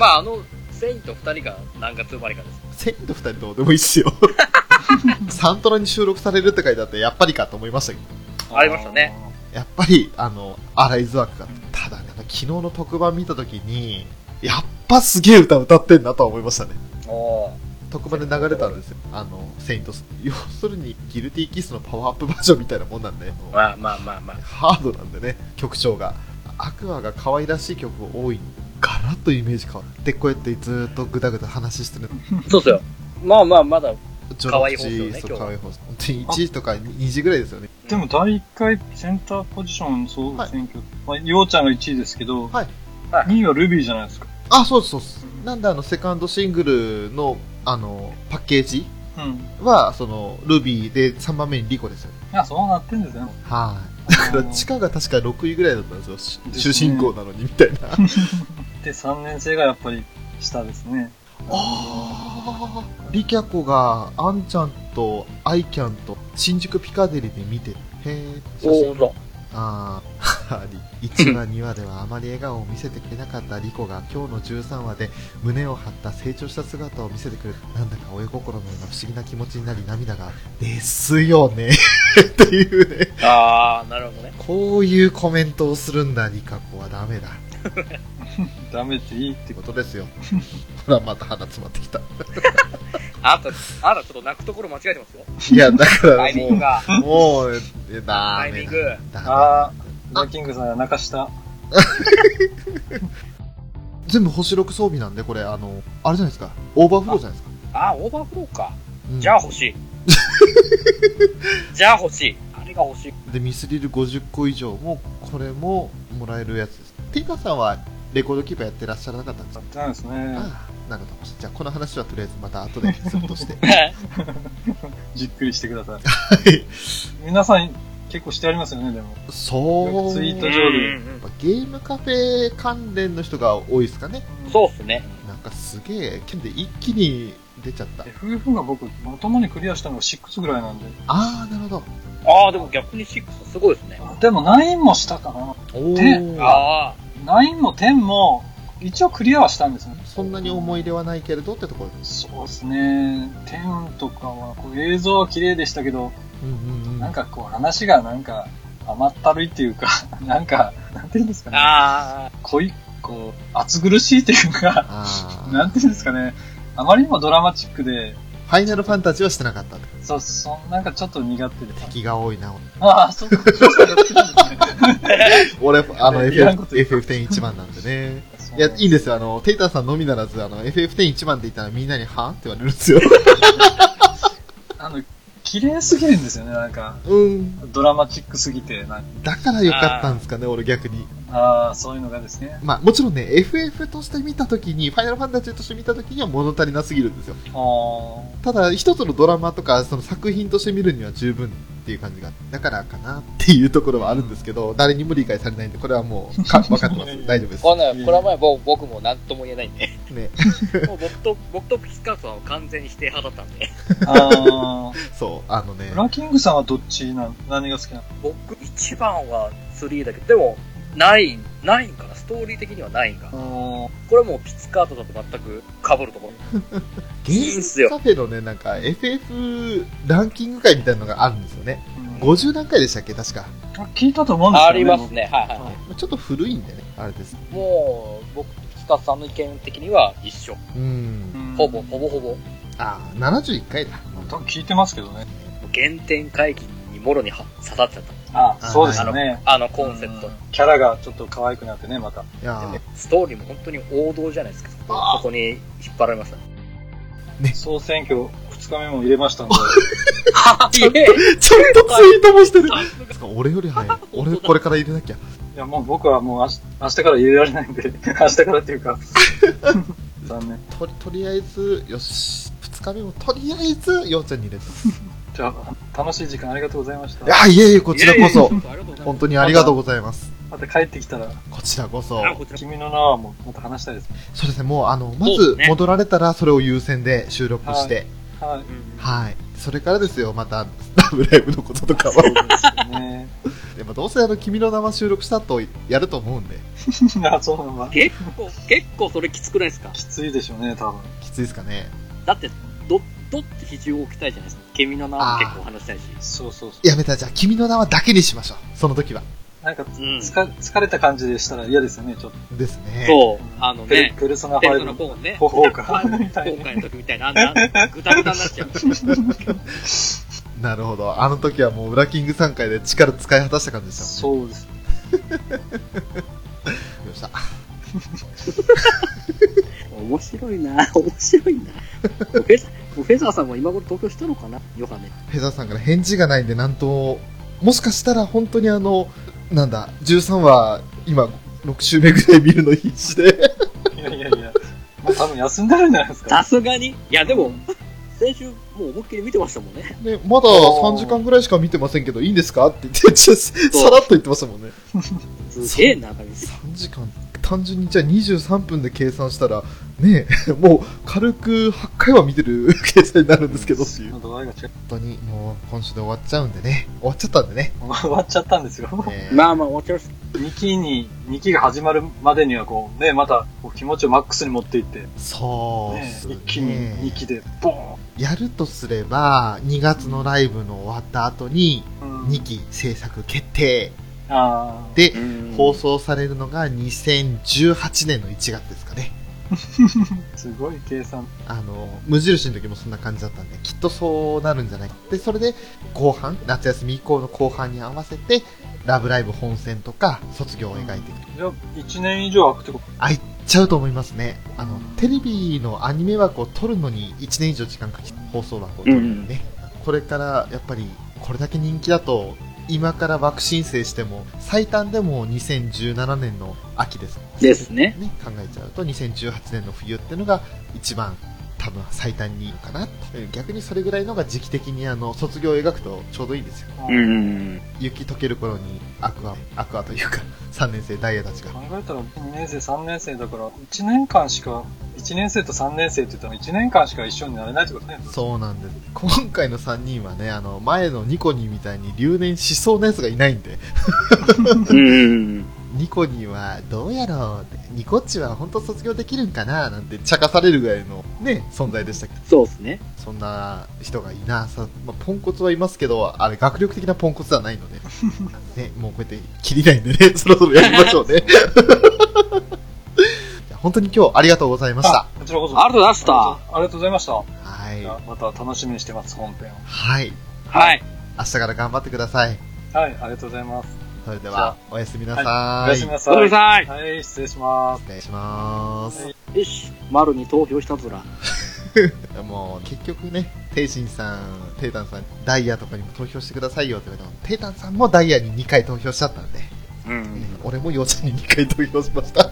Speaker 3: まあ、あの、セインと二人が何月生まれかです。
Speaker 2: 千と二人どうでもいいっす よ。サントラに収録されるって書いてあって、やっぱりかと思いましたけど。
Speaker 3: ありましたね
Speaker 2: やっぱり、あの、洗いづらくかった。ただね、あの昨日の特番見たときに、やっぱすげえ歌歌ってんなとは思いましたね。
Speaker 3: おお
Speaker 2: 特番で流れたんですよ。あの、セイントス。要するに、ギルティーキスのパワーアップバージョンみたいなもんなんで、
Speaker 3: ー。まあまあまあまあ。
Speaker 2: ハードなんでね、曲調が。アクアが可愛らしい曲多いんでガラッとイメージ変わって、こうやってずーっとぐだぐだ話してる。
Speaker 3: そうっすよ。まあまあ、まだ、
Speaker 2: 可
Speaker 3: 可愛い放送ね
Speaker 2: そう、
Speaker 3: 今日
Speaker 2: 可愛い放送。本当に1時とか2時ぐらいですよね。
Speaker 5: でも第1回センターポジション総選挙、まあ、ようちゃんが1位ですけど、
Speaker 2: はい
Speaker 3: はい
Speaker 5: 2位はルビーじゃないですか。
Speaker 2: あ、そうですそうです。なんで、あの、セカンドシングルの、あの、パッケージ
Speaker 5: うん。
Speaker 2: は、その、ルビーで3番目にリコですよね。
Speaker 5: いや、そうなってんですよ。
Speaker 2: はい。だから、
Speaker 5: うん
Speaker 2: 地下が確か6位ぐらいだったんですよし
Speaker 5: で。す
Speaker 2: 主
Speaker 5: ね
Speaker 2: 人公なのに、みたいな。
Speaker 5: で、3年生がやっぱり下ですね。
Speaker 2: あーリキャコが、アンちゃんと、アイキャンと、新宿ピカデリーで見てる。へー写
Speaker 3: お
Speaker 2: 真
Speaker 3: お、そう。
Speaker 2: あ あ、1話、2話ではあまり笑顔を見せてくれなかったリコが今日の13話で胸を張った成長した姿を見せてくれる。なんだか親心のような不思議な気持ちになり涙が。ですよね。 っていうね。
Speaker 3: ああ、なるほどね。
Speaker 2: こういうコメントをするんだ、リカ子はダメだ。っ
Speaker 5: ダメっていいって
Speaker 2: てこと ですよ。ほら、また鼻詰まってきた。
Speaker 3: あと、あら、ちょっと泣くところ間違えてますよ。
Speaker 2: いや、だ か
Speaker 3: タ
Speaker 2: ら
Speaker 3: イミング
Speaker 2: も
Speaker 3: が。
Speaker 2: う、もう、えダ
Speaker 3: タイミ
Speaker 2: メ
Speaker 3: ン
Speaker 2: だ
Speaker 3: グ。
Speaker 2: ダ
Speaker 5: あー、ランキングさんが泣かした。
Speaker 2: メ全部星6装備なんで、これ、あの、あれじゃないですか。オーバーフローじゃないですか。
Speaker 3: ああ、オーバーフローか。
Speaker 2: うん
Speaker 3: じゃあ欲し い。じゃあ欲しい。あれが欲しい。
Speaker 2: でミスリル50個以上もこれももらえるやつですティカさんはレコードキーパーやってらっしゃらなかったんです
Speaker 5: や
Speaker 2: か
Speaker 5: ってないですね。
Speaker 2: ああ、なるほど。じゃあ、この話はとりあえずまた後でする として。
Speaker 5: じっくりしてください。
Speaker 2: はい。
Speaker 5: 皆さん結構してありますよね、でも。
Speaker 2: そう。
Speaker 5: ツイート
Speaker 2: や
Speaker 5: 上
Speaker 2: っ
Speaker 5: で
Speaker 3: うんうんうん
Speaker 2: ぱゲームカフェ関連の人が多いですかね。
Speaker 3: そうっすね。
Speaker 2: なんかすげえ、剣で一気に出ちゃった。
Speaker 5: FF が僕、まともにクリアしたのが6ぐらいなんで。
Speaker 2: ああ、なるほど。
Speaker 3: ああ、でも逆に6すごいですね。
Speaker 5: あでも9もしたかな。
Speaker 2: お
Speaker 5: で
Speaker 2: ー。
Speaker 3: あ
Speaker 5: 9も10も、一応クリアはしたんですね。
Speaker 2: そんなに思い入れはないけれどってところです。
Speaker 5: そうですね。10とかは、こう映像は綺麗でしたけど、
Speaker 2: うんうんうん。
Speaker 5: なんかこう話がなんか甘ったるいっていうか、 なんか、なんていうんですか
Speaker 3: あ、
Speaker 5: ね。
Speaker 3: ああ、
Speaker 5: 濃い、こう、暑苦しいっていうか、
Speaker 2: ああ。
Speaker 5: なんていうんですかね。あまりにもドラマチックで、
Speaker 2: ファイナルファンタジーはしてなかったって。
Speaker 5: そう、そんなんかちょっと苦手で。
Speaker 2: 敵が多いな。
Speaker 5: ああ、そうか、そうかやってたんですね
Speaker 2: 俺、あの、
Speaker 5: いらん
Speaker 2: FF
Speaker 5: こと
Speaker 2: FF10 一番なんで ね。
Speaker 5: そ う
Speaker 2: いや、いいんですよ。あの、テイターさんのみならず、あの、FF10 一番って言ったらみんなに、はんって言われるんですよ。
Speaker 5: あの、綺麗すぎるんですよね、なんか。
Speaker 2: うん。
Speaker 5: ドラマチックすぎて、なんか
Speaker 2: だからよかったんですかね、俺逆に。
Speaker 5: ああ、そういうのがですね。
Speaker 2: まあ、もちろんね、FF として見たときに、ファイナルファンタジーとして見たときには物足りなすぎるんですよ。
Speaker 5: ああ、
Speaker 2: ただ、一つのドラマとか、その作品として見るには十分っていう感じが、だからかなっていうところはあるんですけど、誰にも理解されないんで、これはもう、か分かってま
Speaker 5: いやい
Speaker 2: す。
Speaker 5: や
Speaker 2: 大丈 夫です。
Speaker 3: これはねこれはまあ僕僕も何とも言えないんで。
Speaker 2: ね、
Speaker 3: もう僕と、僕とピスカートは完全に否定派だったんで。
Speaker 5: ああ、
Speaker 2: そう、あのね
Speaker 5: ブ、ラキングさんはどっちなの何が好きなの
Speaker 3: 僕一番は3だけど、でも、9、9かな、ストーリー的には9か。
Speaker 5: あ
Speaker 3: これはもうピスカートだと全く被るところ。
Speaker 2: ゲ
Speaker 3: いいんす
Speaker 2: ー
Speaker 3: よ
Speaker 2: ムカフェのね、なんか FF ランキング会みたいなのがあるんですよね。
Speaker 5: あ、うん
Speaker 2: 50段階でしたっけ確か。
Speaker 5: 聞いたと思うんです
Speaker 3: あ
Speaker 5: よ
Speaker 3: ります。ね、はいはい
Speaker 5: 僕
Speaker 3: は。
Speaker 5: はい
Speaker 2: まあちょっと古いんでね、あれです。
Speaker 3: もう、僕とピスカートさんの意見的には一緒。
Speaker 2: うん。
Speaker 5: うん
Speaker 3: ほぼ、ほぼほぼ。
Speaker 2: ああ、71回だ。
Speaker 5: 多分聞いてますけどね。
Speaker 3: 原点回帰にもろには刺さっちゃっ
Speaker 5: あ
Speaker 2: あ
Speaker 5: そうですよね。
Speaker 3: た。あのコンセプト。
Speaker 5: うん。キャラがちょっと可愛くなってね、また。
Speaker 2: いやー
Speaker 3: でもストーリーも本当に王道じゃないですか。そこ
Speaker 5: あー
Speaker 3: そこに引っ張られ ました。
Speaker 5: 総選挙2日目も入れましたんで。
Speaker 3: いえ
Speaker 2: ちゃんとツイートもしてる。
Speaker 3: さすが
Speaker 2: 俺より早い。俺、これから入れなきゃ。
Speaker 5: いや、もう僕はもう明日明日から入れられないんで、明日からっていうか。 残念。
Speaker 2: ととりあえず、よし、2日目もとりあえず、ようちゃんに入れます。
Speaker 5: じゃあ、楽しい時間ありがとうございまし
Speaker 2: い
Speaker 5: た。
Speaker 2: や、いえいえ、こちらこそ
Speaker 3: いやいや。いやありがとうございます
Speaker 2: 本当にありがとうございます。
Speaker 5: また帰ってきたら、
Speaker 2: こちらこそ。
Speaker 3: あこちら
Speaker 5: 君の名はもうまた話したいです。
Speaker 2: そうですね、もう、あの、ま
Speaker 3: そうで
Speaker 2: ず
Speaker 3: すね
Speaker 2: 戻られたら、それを優先で収録して。
Speaker 5: はい。
Speaker 2: はい。それからですよ、また、 ラブライブのこととか
Speaker 5: そう
Speaker 2: は。
Speaker 5: ですよね。
Speaker 2: でも、どうせ、あの、君の名は収録した後、やると思うんで、
Speaker 5: あ、そうなんだ。
Speaker 3: 結構、結構それきつくないですか
Speaker 5: きついでしょうね、多分。
Speaker 2: きついですかね。
Speaker 3: だって、ど、どっち比重を置きたいじゃないですか。ケミの名は結構話したいし。
Speaker 5: そうそうそ
Speaker 2: やめた、じゃあ、君の名はだけにしましょう。その時は。
Speaker 5: う。なんか、
Speaker 3: うん
Speaker 5: つか疲れた感じでしたら嫌ですよね、ちょっと。
Speaker 2: ですね。
Speaker 3: そう、あの
Speaker 5: ペル
Speaker 3: ね、
Speaker 5: ペルソナ
Speaker 3: ペルトの
Speaker 5: 5。
Speaker 3: 方ね、
Speaker 5: ほほうか
Speaker 3: 今回の時みたいな、あんな、ぐたぐたになっちゃう。
Speaker 2: なるほど。あの時はもう、裏キング3回で力使い果たした感じでしたもんね。
Speaker 5: そうです。
Speaker 2: よっしゃ。
Speaker 3: 面白いな、面白いな。フェザー、フェザーさんも今頃東京したのかなヨハネ。
Speaker 2: フェザーさんから返事がないんで、なんと、もしかしたら本当にあの、なんだ、13話、今、6週目ぐらい見るの必死 で。
Speaker 5: いやいやいや。もう多分休んでるんじゃないです
Speaker 3: さ
Speaker 5: か。
Speaker 3: すがにいや、でも、先週、もう思いっきり見てましたもんね。
Speaker 2: ね、まだ3時間ぐらいしか見てませんけど、いいんですかって言って、ちょさらっと言ってましたもんね。
Speaker 3: すげえな、中西さん。
Speaker 2: 3時間、単純にじゃあ23分で計算したら、ね、 もう軽く8回は見てる計算になるんですけどっていう。本
Speaker 5: 度合いが違う。
Speaker 2: 当にもう今週で終わっちゃうんでね。終わっちゃったんでね。
Speaker 5: もう終わっちゃったんですよ。
Speaker 2: えー
Speaker 3: まあまあ、終わっちゃいます。
Speaker 5: 2期に、2期が始まるまでにはこう、ね、またこう気持ちをマックスに持っていって、ね、
Speaker 2: そうっすね
Speaker 5: 一気に2期で、ボーン
Speaker 2: やるとすれば、2月のライブの終わった後に、
Speaker 5: うん
Speaker 2: 2期制作決定
Speaker 5: あー
Speaker 2: で、
Speaker 3: ん
Speaker 2: 放送されるのが2018年の1月ですかね。
Speaker 5: すごい計算。
Speaker 2: あの、無印の時もそんな感じだったんで、きっとそうなるんじゃないか。で、それで、後半、夏休み以降の後半に合わせて、ラブライブ本戦とか、卒業を描いていく。
Speaker 5: じゃあ、1年以上空くってこ
Speaker 2: あ、いっちゃうと思いますね。あの、テレビのアニメ枠を取るのに1年以上時間かけて、放送枠を取るのにね。これから、やっぱり、これだけ人気だと、今からワク申請しても、最短でも2017年の秋です。
Speaker 1: ですね。
Speaker 2: ね、考えちゃうと2018年の冬ってのが一番多分最短にいいかなと逆にそれぐらいのが時期的にあの卒業を描くとちょうどいいですよ
Speaker 1: うん。
Speaker 2: 雪解ける頃にアクアアクアというか3年 生ダイヤたちが
Speaker 5: 考えたら2年生3年生だから1年間しか1年生と3年生って言ったら1年間しか一緒になれないってことね
Speaker 2: そうなんです今回の3人はねあの前のニコニーみたいに留年しそうなやつがいないんで
Speaker 1: うん。
Speaker 2: ニコニーはどうやろうってニコッチは本当卒業できるんかななんて茶化されるぐらいのね存在でしたけど
Speaker 1: そうですね。
Speaker 2: そんな人がいなさ、まあ、ポンコツはいますけど、あれ、学力的なポンコツではないの で、ね、もうこうやって切りないんでね、 そろそろやりまし ょうね。じゃあ本当に今日ありがとうございました。
Speaker 5: こちらこそ
Speaker 1: ありがとうございました
Speaker 5: ありがとうございました
Speaker 2: はい
Speaker 5: じ。ゃあまた楽しみにしてます本編を
Speaker 2: はい。
Speaker 1: はい。
Speaker 2: 明日から頑張ってください。
Speaker 5: はいありがとうございます
Speaker 2: それで
Speaker 5: じゃあ
Speaker 2: は、おやすみな
Speaker 5: は
Speaker 2: さ
Speaker 5: お
Speaker 2: い。
Speaker 5: やすみな
Speaker 1: ご
Speaker 5: さ
Speaker 1: めんないさい。
Speaker 5: はい失礼します
Speaker 2: お願いします。
Speaker 1: よし、丸に投票したずら。
Speaker 2: もう、結局ね、テイシンさん、テイタンさん、ダイヤとかにも投票してくださいよって言われても、テイタンさんもダイヤに2回投票しちゃったんで、
Speaker 1: うん。
Speaker 2: 俺も幼稚園に2回投票しました。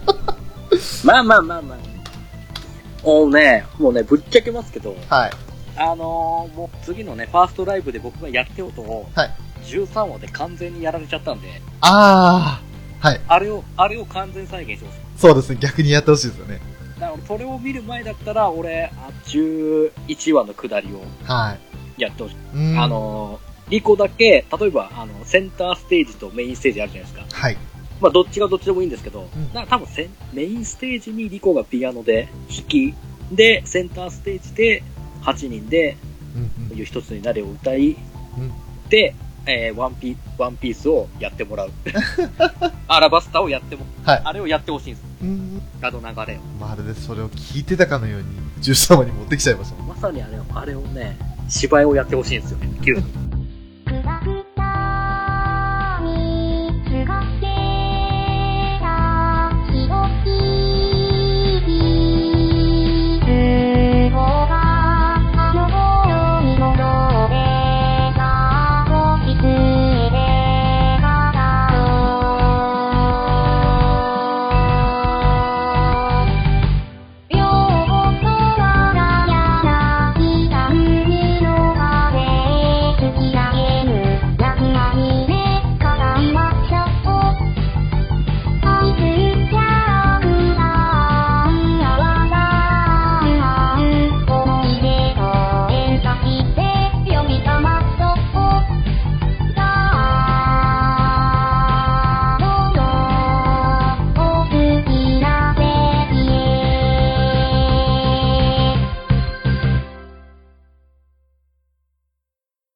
Speaker 1: まあまあまあまあ。もうね、もうね、ぶっちゃけますけど、
Speaker 2: はい。
Speaker 3: あのー、もう次のね、ファーストライブで僕がやっておとを、
Speaker 2: はい
Speaker 3: 13話で完全にやられちゃったんで、
Speaker 2: ああ、はい。
Speaker 3: あれを、あれを完全再現してほしい。
Speaker 2: そうですね、逆にやってほしいですよね。
Speaker 3: だからそれを見る前だったら、俺、あ11話の下りを
Speaker 2: はい。
Speaker 3: やってほしい。
Speaker 2: うん
Speaker 3: あ、のー、リコだけ、例えば、あの、センターステージとメインステージあるじゃないですか。
Speaker 2: はい。
Speaker 3: まあ、どっちがどっちでもいいんですけど、
Speaker 2: うん
Speaker 3: なんか多分センメインステージにリコがピアノで弾き、で、センターステージで8人で、
Speaker 2: うん
Speaker 3: いう一つになれを歌い、
Speaker 2: うん
Speaker 3: で、えーワンピ、ワンピースをやっても らう。アラバスタをやっても、
Speaker 2: はい
Speaker 3: あれをやってほしいんです。
Speaker 2: うん。うん
Speaker 3: あの流れを。
Speaker 2: まるでそれを聞いてたかのように、13話に持ってきちゃいましたもん。
Speaker 3: まさにあれを、あれをね、芝居をやってほしいんですよね、急に。